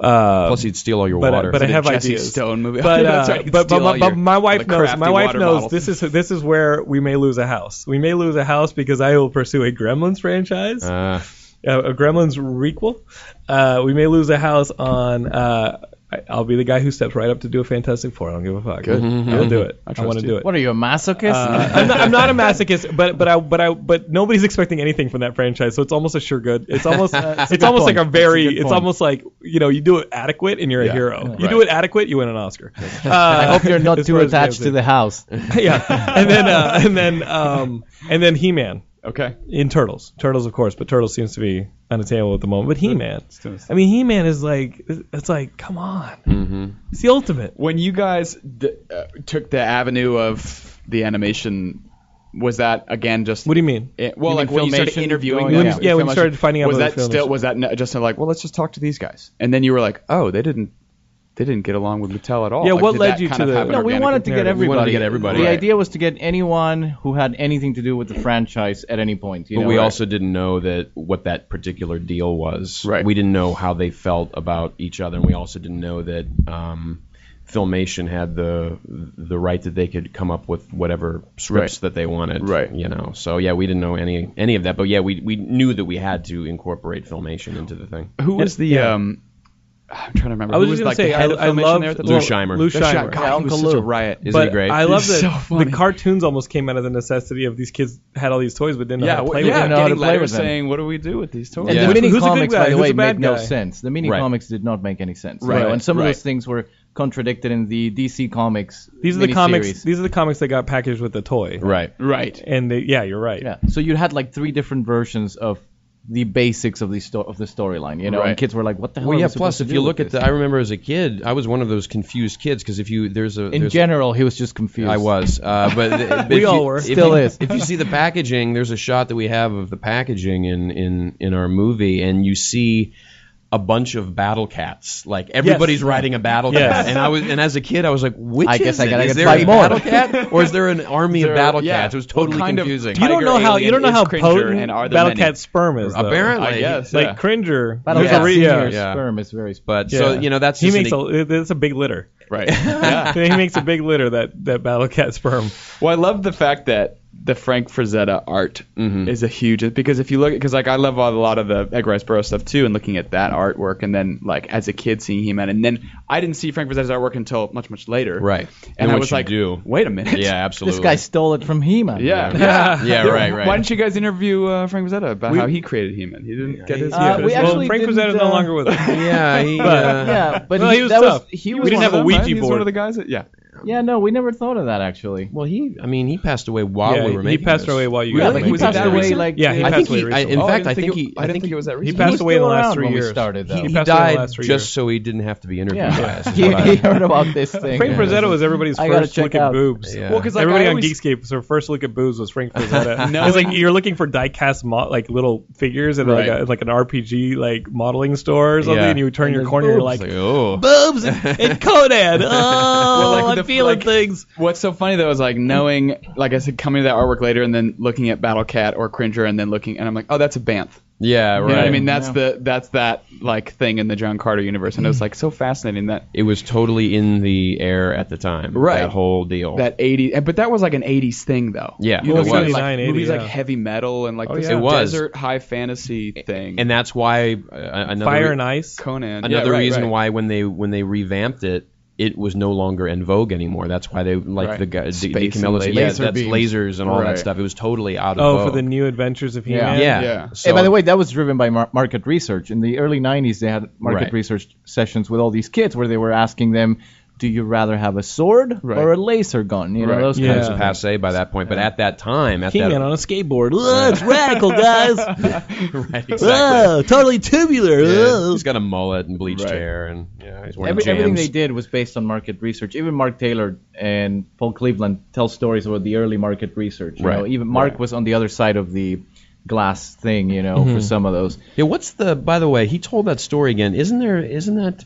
[SPEAKER 2] Uh,
[SPEAKER 5] Plus, he'd steal all your
[SPEAKER 2] but, uh,
[SPEAKER 5] water.
[SPEAKER 2] but I have
[SPEAKER 3] Jesse
[SPEAKER 2] ideas.
[SPEAKER 3] Stone movie. (laughs)
[SPEAKER 2] But, uh,
[SPEAKER 3] That's right, you
[SPEAKER 2] but, but,
[SPEAKER 3] steal all
[SPEAKER 2] my, but
[SPEAKER 3] your-
[SPEAKER 2] my wife
[SPEAKER 3] all the
[SPEAKER 2] knows.
[SPEAKER 3] crafty
[SPEAKER 2] My wife
[SPEAKER 3] water
[SPEAKER 2] knows.
[SPEAKER 3] bottles.
[SPEAKER 2] This is this is where we may lose a house. We may lose a house because I will pursue a Gremlins franchise, uh,
[SPEAKER 5] Uh,
[SPEAKER 2] a Gremlins requel. Uh, we may lose a house on. Uh, I- I'll be the guy who steps right up to do a Fantastic Four. I don't give a fuck.
[SPEAKER 3] Good.
[SPEAKER 2] I'll do it. I,
[SPEAKER 3] Mm-hmm. trust
[SPEAKER 2] want to
[SPEAKER 3] you.
[SPEAKER 2] do it.
[SPEAKER 4] What are you, a masochist?
[SPEAKER 2] Uh, I'm, not, I'm not a masochist, but but I but I but nobody's expecting anything from that franchise, so it's almost a sure good. It's almost it's almost like a very
[SPEAKER 4] good
[SPEAKER 2] it's
[SPEAKER 4] point.
[SPEAKER 2] almost like you know you do it adequate and you're a hero. You do it adequate, you win an Oscar. Uh,
[SPEAKER 4] I hope
[SPEAKER 2] (laughs)
[SPEAKER 4] you're not
[SPEAKER 2] as
[SPEAKER 4] too
[SPEAKER 2] far as
[SPEAKER 4] attached to
[SPEAKER 2] dancing.
[SPEAKER 4] the house.
[SPEAKER 2] yeah, and then uh, and then um and then He-Man
[SPEAKER 3] Okay.
[SPEAKER 2] in Turtles. Turtles, of course, but Turtles seems to be unattainable at the moment. But He-Man,
[SPEAKER 3] doing its
[SPEAKER 2] I mean, He-Man is like it's like come on, it's the ultimate.
[SPEAKER 3] When you guys d- uh, took the avenue of the animation, was that again just?
[SPEAKER 2] What do you mean?
[SPEAKER 3] Eh, well,
[SPEAKER 4] You
[SPEAKER 3] like
[SPEAKER 4] mean
[SPEAKER 3] when you started
[SPEAKER 4] filmation
[SPEAKER 3] interviewing
[SPEAKER 4] going
[SPEAKER 3] them,
[SPEAKER 4] out?
[SPEAKER 3] with
[SPEAKER 2] Yeah, when
[SPEAKER 3] filmation,
[SPEAKER 2] you started finding out
[SPEAKER 3] was
[SPEAKER 2] about
[SPEAKER 3] that
[SPEAKER 2] the
[SPEAKER 3] still
[SPEAKER 2] filmation.
[SPEAKER 3] was that n- just like well, let's just talk to these guys, and then you were like, oh, they didn't, they didn't get along with Mattel at all.
[SPEAKER 2] Yeah,
[SPEAKER 3] Like,
[SPEAKER 2] what
[SPEAKER 3] did
[SPEAKER 2] led
[SPEAKER 3] that
[SPEAKER 2] you
[SPEAKER 3] kind
[SPEAKER 2] to
[SPEAKER 3] of
[SPEAKER 2] the-
[SPEAKER 3] happen
[SPEAKER 4] No, we
[SPEAKER 3] organically?
[SPEAKER 4] wanted to get
[SPEAKER 5] We
[SPEAKER 4] everybody.
[SPEAKER 5] wanted to get everybody.
[SPEAKER 4] The
[SPEAKER 5] Right.
[SPEAKER 4] idea was to get anyone who had anything to do with the franchise at any point. You
[SPEAKER 5] but
[SPEAKER 4] know?
[SPEAKER 5] we also didn't know that what that particular deal was.
[SPEAKER 3] Right.
[SPEAKER 5] We didn't know how they felt about each other, and we also didn't know that um, Filmation had the the right that they could come up with whatever scripts
[SPEAKER 3] Right.
[SPEAKER 5] that they wanted.
[SPEAKER 3] Right.
[SPEAKER 5] You know. So yeah, we didn't know any any of that, but yeah, we we knew that we had to incorporate Filmation into the thing.
[SPEAKER 3] Who was the
[SPEAKER 2] Yeah.
[SPEAKER 3] um? I'm trying to remember.
[SPEAKER 2] I was
[SPEAKER 3] who was
[SPEAKER 2] just
[SPEAKER 3] like
[SPEAKER 2] gonna
[SPEAKER 3] the
[SPEAKER 2] say
[SPEAKER 3] head
[SPEAKER 2] I,
[SPEAKER 3] of
[SPEAKER 2] I
[SPEAKER 3] filmation
[SPEAKER 2] love
[SPEAKER 3] there at the
[SPEAKER 5] Lou
[SPEAKER 3] time?
[SPEAKER 5] Scheimer.
[SPEAKER 2] Lou
[SPEAKER 5] Lou
[SPEAKER 3] Shot-
[SPEAKER 2] Scheimer.
[SPEAKER 3] God, he was
[SPEAKER 4] Uncle
[SPEAKER 3] such a
[SPEAKER 4] Lou.
[SPEAKER 3] riot.
[SPEAKER 5] Isn't
[SPEAKER 2] but
[SPEAKER 5] he great?
[SPEAKER 2] I love that
[SPEAKER 3] He's so funny.
[SPEAKER 2] the cartoons almost came out of the necessity of these kids had all these toys but didn't know how
[SPEAKER 3] yeah,
[SPEAKER 2] to
[SPEAKER 3] well,
[SPEAKER 2] play with
[SPEAKER 3] yeah,
[SPEAKER 4] know
[SPEAKER 2] them.
[SPEAKER 4] how
[SPEAKER 3] getting
[SPEAKER 4] to play
[SPEAKER 3] letters
[SPEAKER 4] with them.
[SPEAKER 3] saying, "What do we do with these toys?"
[SPEAKER 4] And
[SPEAKER 5] Yeah.
[SPEAKER 4] the mini
[SPEAKER 2] Who's a good
[SPEAKER 4] comics,
[SPEAKER 2] guy?
[SPEAKER 4] by the
[SPEAKER 2] Who's
[SPEAKER 4] way,
[SPEAKER 2] a bad
[SPEAKER 4] made no
[SPEAKER 2] guy?
[SPEAKER 4] sense. The mini
[SPEAKER 5] Right.
[SPEAKER 4] comics did not make any sense.
[SPEAKER 3] Right.
[SPEAKER 4] You know? And some
[SPEAKER 3] Right.
[SPEAKER 4] of those things were contradicted in the DC Comics.
[SPEAKER 2] These are the comics.
[SPEAKER 4] miniseries.
[SPEAKER 2] These are the comics that got packaged with the toy.
[SPEAKER 5] Right.
[SPEAKER 3] Right.
[SPEAKER 2] And they, yeah, you're right.
[SPEAKER 4] Yeah. So you had like three different versions of the basics of the sto- of the storyline, you know,
[SPEAKER 5] Right.
[SPEAKER 4] and kids were like, "What the hell?"
[SPEAKER 5] Well,
[SPEAKER 4] am I
[SPEAKER 5] yeah.
[SPEAKER 4] supposed
[SPEAKER 5] Plus,
[SPEAKER 4] to
[SPEAKER 5] if
[SPEAKER 4] do
[SPEAKER 5] you
[SPEAKER 4] with
[SPEAKER 5] look at
[SPEAKER 4] this?
[SPEAKER 5] the, I remember as a kid, I was one of those confused kids because if you there's a
[SPEAKER 4] in
[SPEAKER 5] there's-
[SPEAKER 4] general, he was just confused.
[SPEAKER 5] I was, uh, but th-
[SPEAKER 2] We
[SPEAKER 5] if
[SPEAKER 2] all
[SPEAKER 5] you-
[SPEAKER 2] were.
[SPEAKER 5] if
[SPEAKER 4] Still
[SPEAKER 5] you-
[SPEAKER 4] is.
[SPEAKER 5] If you see the packaging, there's a shot that we have of the packaging in in in our movie, and you see a bunch of battle cats. Like everybody's riding a battle
[SPEAKER 2] Yes.
[SPEAKER 5] cat, and I was and as a kid, I was like, which
[SPEAKER 4] I
[SPEAKER 5] is
[SPEAKER 4] guess I
[SPEAKER 5] it?
[SPEAKER 4] gotta
[SPEAKER 5] Is
[SPEAKER 4] get
[SPEAKER 5] there
[SPEAKER 4] five
[SPEAKER 5] a
[SPEAKER 4] more.
[SPEAKER 5] battle cat or is there an army of battle cats? It was totally confusing.
[SPEAKER 2] You don't know how you don't know how potent
[SPEAKER 3] and are there
[SPEAKER 2] Battle
[SPEAKER 3] many?
[SPEAKER 2] Cat sperm is. though.
[SPEAKER 5] uh, Apparently,
[SPEAKER 3] I guess.
[SPEAKER 2] like
[SPEAKER 3] yeah.
[SPEAKER 2] Cringer.
[SPEAKER 4] Battle
[SPEAKER 5] Yeah.
[SPEAKER 4] Cat
[SPEAKER 2] Yeah.
[SPEAKER 4] Senior's
[SPEAKER 5] Yeah.
[SPEAKER 4] sperm is very.
[SPEAKER 5] But
[SPEAKER 2] Yeah.
[SPEAKER 5] so you know that's
[SPEAKER 2] he
[SPEAKER 5] just an
[SPEAKER 2] makes
[SPEAKER 5] e-
[SPEAKER 2] a it's a big litter.
[SPEAKER 3] Right.
[SPEAKER 2] (laughs)
[SPEAKER 3] Yeah.
[SPEAKER 2] he makes a big litter that that Battle Cat
[SPEAKER 4] Uh,
[SPEAKER 2] sperm.
[SPEAKER 3] Well, I love the fact that the Frank Frazetta art is a huge because if you look because like I love all- a lot of the Edgar Rice Burroughs stuff too, and looking at that artwork, and then like as a kid seeing him and then I didn't see Frank Frazetta's artwork until much much later.
[SPEAKER 5] Right.
[SPEAKER 3] And,
[SPEAKER 5] And
[SPEAKER 3] I
[SPEAKER 5] what
[SPEAKER 3] was
[SPEAKER 5] you
[SPEAKER 3] like,
[SPEAKER 5] do.
[SPEAKER 3] wait a minute.
[SPEAKER 5] yeah,
[SPEAKER 4] This
[SPEAKER 5] absolutely.
[SPEAKER 4] guy stole it from He-Man.
[SPEAKER 3] Yeah.
[SPEAKER 5] yeah, (laughs) yeah, right,
[SPEAKER 3] (laughs) (laughs)
[SPEAKER 5] right.
[SPEAKER 3] Why didn't you guys interview uh, Frank Frazetta about how he created He-Man? He didn't get his.
[SPEAKER 4] Uh,
[SPEAKER 3] yeah.
[SPEAKER 4] we
[SPEAKER 2] well,
[SPEAKER 4] actually
[SPEAKER 2] Frank
[SPEAKER 4] didn't,
[SPEAKER 2] Frazetta is no
[SPEAKER 4] uh,
[SPEAKER 2] longer with
[SPEAKER 4] (laughs)
[SPEAKER 2] us.
[SPEAKER 5] Yeah,
[SPEAKER 2] (laughs)
[SPEAKER 5] he, uh,
[SPEAKER 4] Yeah, but
[SPEAKER 2] Well,
[SPEAKER 4] he,
[SPEAKER 2] he was
[SPEAKER 4] that
[SPEAKER 2] tough.
[SPEAKER 4] was he
[SPEAKER 2] We
[SPEAKER 4] was
[SPEAKER 2] didn't
[SPEAKER 4] one
[SPEAKER 2] have
[SPEAKER 4] of
[SPEAKER 2] a
[SPEAKER 4] them,
[SPEAKER 2] Ouija
[SPEAKER 3] Right? He's
[SPEAKER 2] board.
[SPEAKER 3] one of the guys. That, yeah.
[SPEAKER 4] Yeah, no, we never thought of that actually.
[SPEAKER 5] Well, he, I mean, he passed away while
[SPEAKER 2] Yeah,
[SPEAKER 5] we were
[SPEAKER 2] he
[SPEAKER 5] making
[SPEAKER 2] passed
[SPEAKER 5] this.
[SPEAKER 2] away while you
[SPEAKER 5] Really?
[SPEAKER 2] guys were
[SPEAKER 5] Like,
[SPEAKER 2] making
[SPEAKER 5] was he
[SPEAKER 2] this.
[SPEAKER 5] passed away,
[SPEAKER 2] Yeah.
[SPEAKER 4] like,
[SPEAKER 2] yeah, he
[SPEAKER 4] I
[SPEAKER 5] I
[SPEAKER 2] passed
[SPEAKER 5] think
[SPEAKER 2] away
[SPEAKER 5] he, I,
[SPEAKER 2] recently.
[SPEAKER 5] in
[SPEAKER 3] Oh, I
[SPEAKER 5] fact,
[SPEAKER 3] didn't
[SPEAKER 5] I
[SPEAKER 3] think
[SPEAKER 5] think
[SPEAKER 3] it-
[SPEAKER 5] he,
[SPEAKER 3] I didn't
[SPEAKER 5] think,
[SPEAKER 3] think it was that
[SPEAKER 2] he
[SPEAKER 3] recent.
[SPEAKER 2] passed
[SPEAKER 4] was
[SPEAKER 2] away in the
[SPEAKER 4] still
[SPEAKER 2] last
[SPEAKER 4] around
[SPEAKER 2] three
[SPEAKER 4] when we
[SPEAKER 2] years.
[SPEAKER 4] started, though.
[SPEAKER 2] He,
[SPEAKER 5] he
[SPEAKER 2] passed away in
[SPEAKER 5] died
[SPEAKER 2] the last three
[SPEAKER 5] just
[SPEAKER 2] years.
[SPEAKER 5] so he didn't have to be interviewed.
[SPEAKER 4] Yeah. (laughs)
[SPEAKER 5] by us, is
[SPEAKER 4] he,
[SPEAKER 5] what I-
[SPEAKER 4] he heard about this thing.
[SPEAKER 2] Frank
[SPEAKER 4] Yeah.
[SPEAKER 2] Frazetta was everybody's
[SPEAKER 4] I gotta
[SPEAKER 2] first
[SPEAKER 4] check
[SPEAKER 2] look at
[SPEAKER 4] out.
[SPEAKER 2] boobs.
[SPEAKER 5] Yeah.
[SPEAKER 3] Well, 'cause, like,
[SPEAKER 2] Everybody
[SPEAKER 3] I
[SPEAKER 2] on
[SPEAKER 3] always-
[SPEAKER 2] Geekscape, so first look at boobs was
[SPEAKER 5] (laughs)
[SPEAKER 2] Frank Frazetta. no,
[SPEAKER 3] No,
[SPEAKER 2] it's like
[SPEAKER 3] and-
[SPEAKER 2] you're looking for diecast mo- like little figures in like,
[SPEAKER 5] Right.
[SPEAKER 2] a, like an RPG like modeling store or something,
[SPEAKER 5] Yeah.
[SPEAKER 2] and you turn
[SPEAKER 4] And
[SPEAKER 2] your
[SPEAKER 4] there's
[SPEAKER 2] corner, and you're
[SPEAKER 4] boobs.
[SPEAKER 2] like,
[SPEAKER 5] It's like, oh.
[SPEAKER 2] boobs and, and Conan. Oh,
[SPEAKER 3] like,
[SPEAKER 2] I'm
[SPEAKER 3] the-
[SPEAKER 2] feeling
[SPEAKER 3] like-
[SPEAKER 2] things.
[SPEAKER 3] What's so funny though is like knowing, like I said, coming to that artwork later and then looking at Battle Cat or Cringer and then looking, and I'm like, oh, that's a Banth.
[SPEAKER 5] yeah, right.
[SPEAKER 3] You know what I mean? That's the that's that like thing in the John Carter universe, and it
[SPEAKER 5] Mm.
[SPEAKER 3] was like so fascinating that
[SPEAKER 5] it was totally in the air at the time.
[SPEAKER 3] Right.
[SPEAKER 5] That whole deal.
[SPEAKER 3] that 80, and- but that was like an 80s thing though.
[SPEAKER 5] Yeah,
[SPEAKER 3] you know,
[SPEAKER 5] it
[SPEAKER 3] we had,
[SPEAKER 5] was.
[SPEAKER 3] like
[SPEAKER 2] 79,
[SPEAKER 3] movies
[SPEAKER 2] 80,
[SPEAKER 3] like
[SPEAKER 2] yeah.
[SPEAKER 3] heavy metal and like this
[SPEAKER 2] yeah. It
[SPEAKER 5] was.
[SPEAKER 3] desert high fantasy thing.
[SPEAKER 5] and that's why uh, another
[SPEAKER 2] Fire and ice.
[SPEAKER 3] Conan,
[SPEAKER 5] another
[SPEAKER 3] Yeah, right,
[SPEAKER 5] reason
[SPEAKER 3] right.
[SPEAKER 5] why when they when they revamped it. It was no longer in vogue anymore. That's why they like
[SPEAKER 3] Right.
[SPEAKER 5] the guy, D-
[SPEAKER 3] Space and
[SPEAKER 5] DeCamillo's, yeah,
[SPEAKER 3] laser
[SPEAKER 5] that's
[SPEAKER 3] beams.
[SPEAKER 5] lasers and all
[SPEAKER 3] Right.
[SPEAKER 5] that stuff. It was totally out of
[SPEAKER 2] Oh,
[SPEAKER 5] vogue.
[SPEAKER 2] for the new adventures of He-Man.
[SPEAKER 5] yeah.
[SPEAKER 3] Yeah.
[SPEAKER 4] hey, by the way, that was driven by mar- market research. In the early 90s, they had market
[SPEAKER 5] Right.
[SPEAKER 4] research sessions with all these kids where they were asking them, "Do you rather have a sword
[SPEAKER 3] Right.
[SPEAKER 4] or a laser gun?" You know,
[SPEAKER 3] Right.
[SPEAKER 4] those
[SPEAKER 2] Yeah.
[SPEAKER 4] kinds
[SPEAKER 5] it's
[SPEAKER 4] of
[SPEAKER 5] passe by that point. But at that time, at
[SPEAKER 2] He-Man
[SPEAKER 5] that
[SPEAKER 2] on a skateboard. Ugh, it's radical, guys.
[SPEAKER 5] (laughs) right,
[SPEAKER 2] Ugh, totally tubular.
[SPEAKER 5] Yeah,
[SPEAKER 2] Ugh.
[SPEAKER 5] he's got a mullet and bleached
[SPEAKER 3] Right.
[SPEAKER 5] hair, and yeah, he's wearing
[SPEAKER 4] Every,
[SPEAKER 5] jams.
[SPEAKER 4] everything they did was based on market research. Even Mark Taylor and Paul Cleveland tell stories about the early market research. You
[SPEAKER 5] Right.
[SPEAKER 4] know, even Mark was on the other side of the glass thing, you know, for some of those.
[SPEAKER 5] Yeah, what's the? By the way, he told that story again. Isn't there? Isn't that?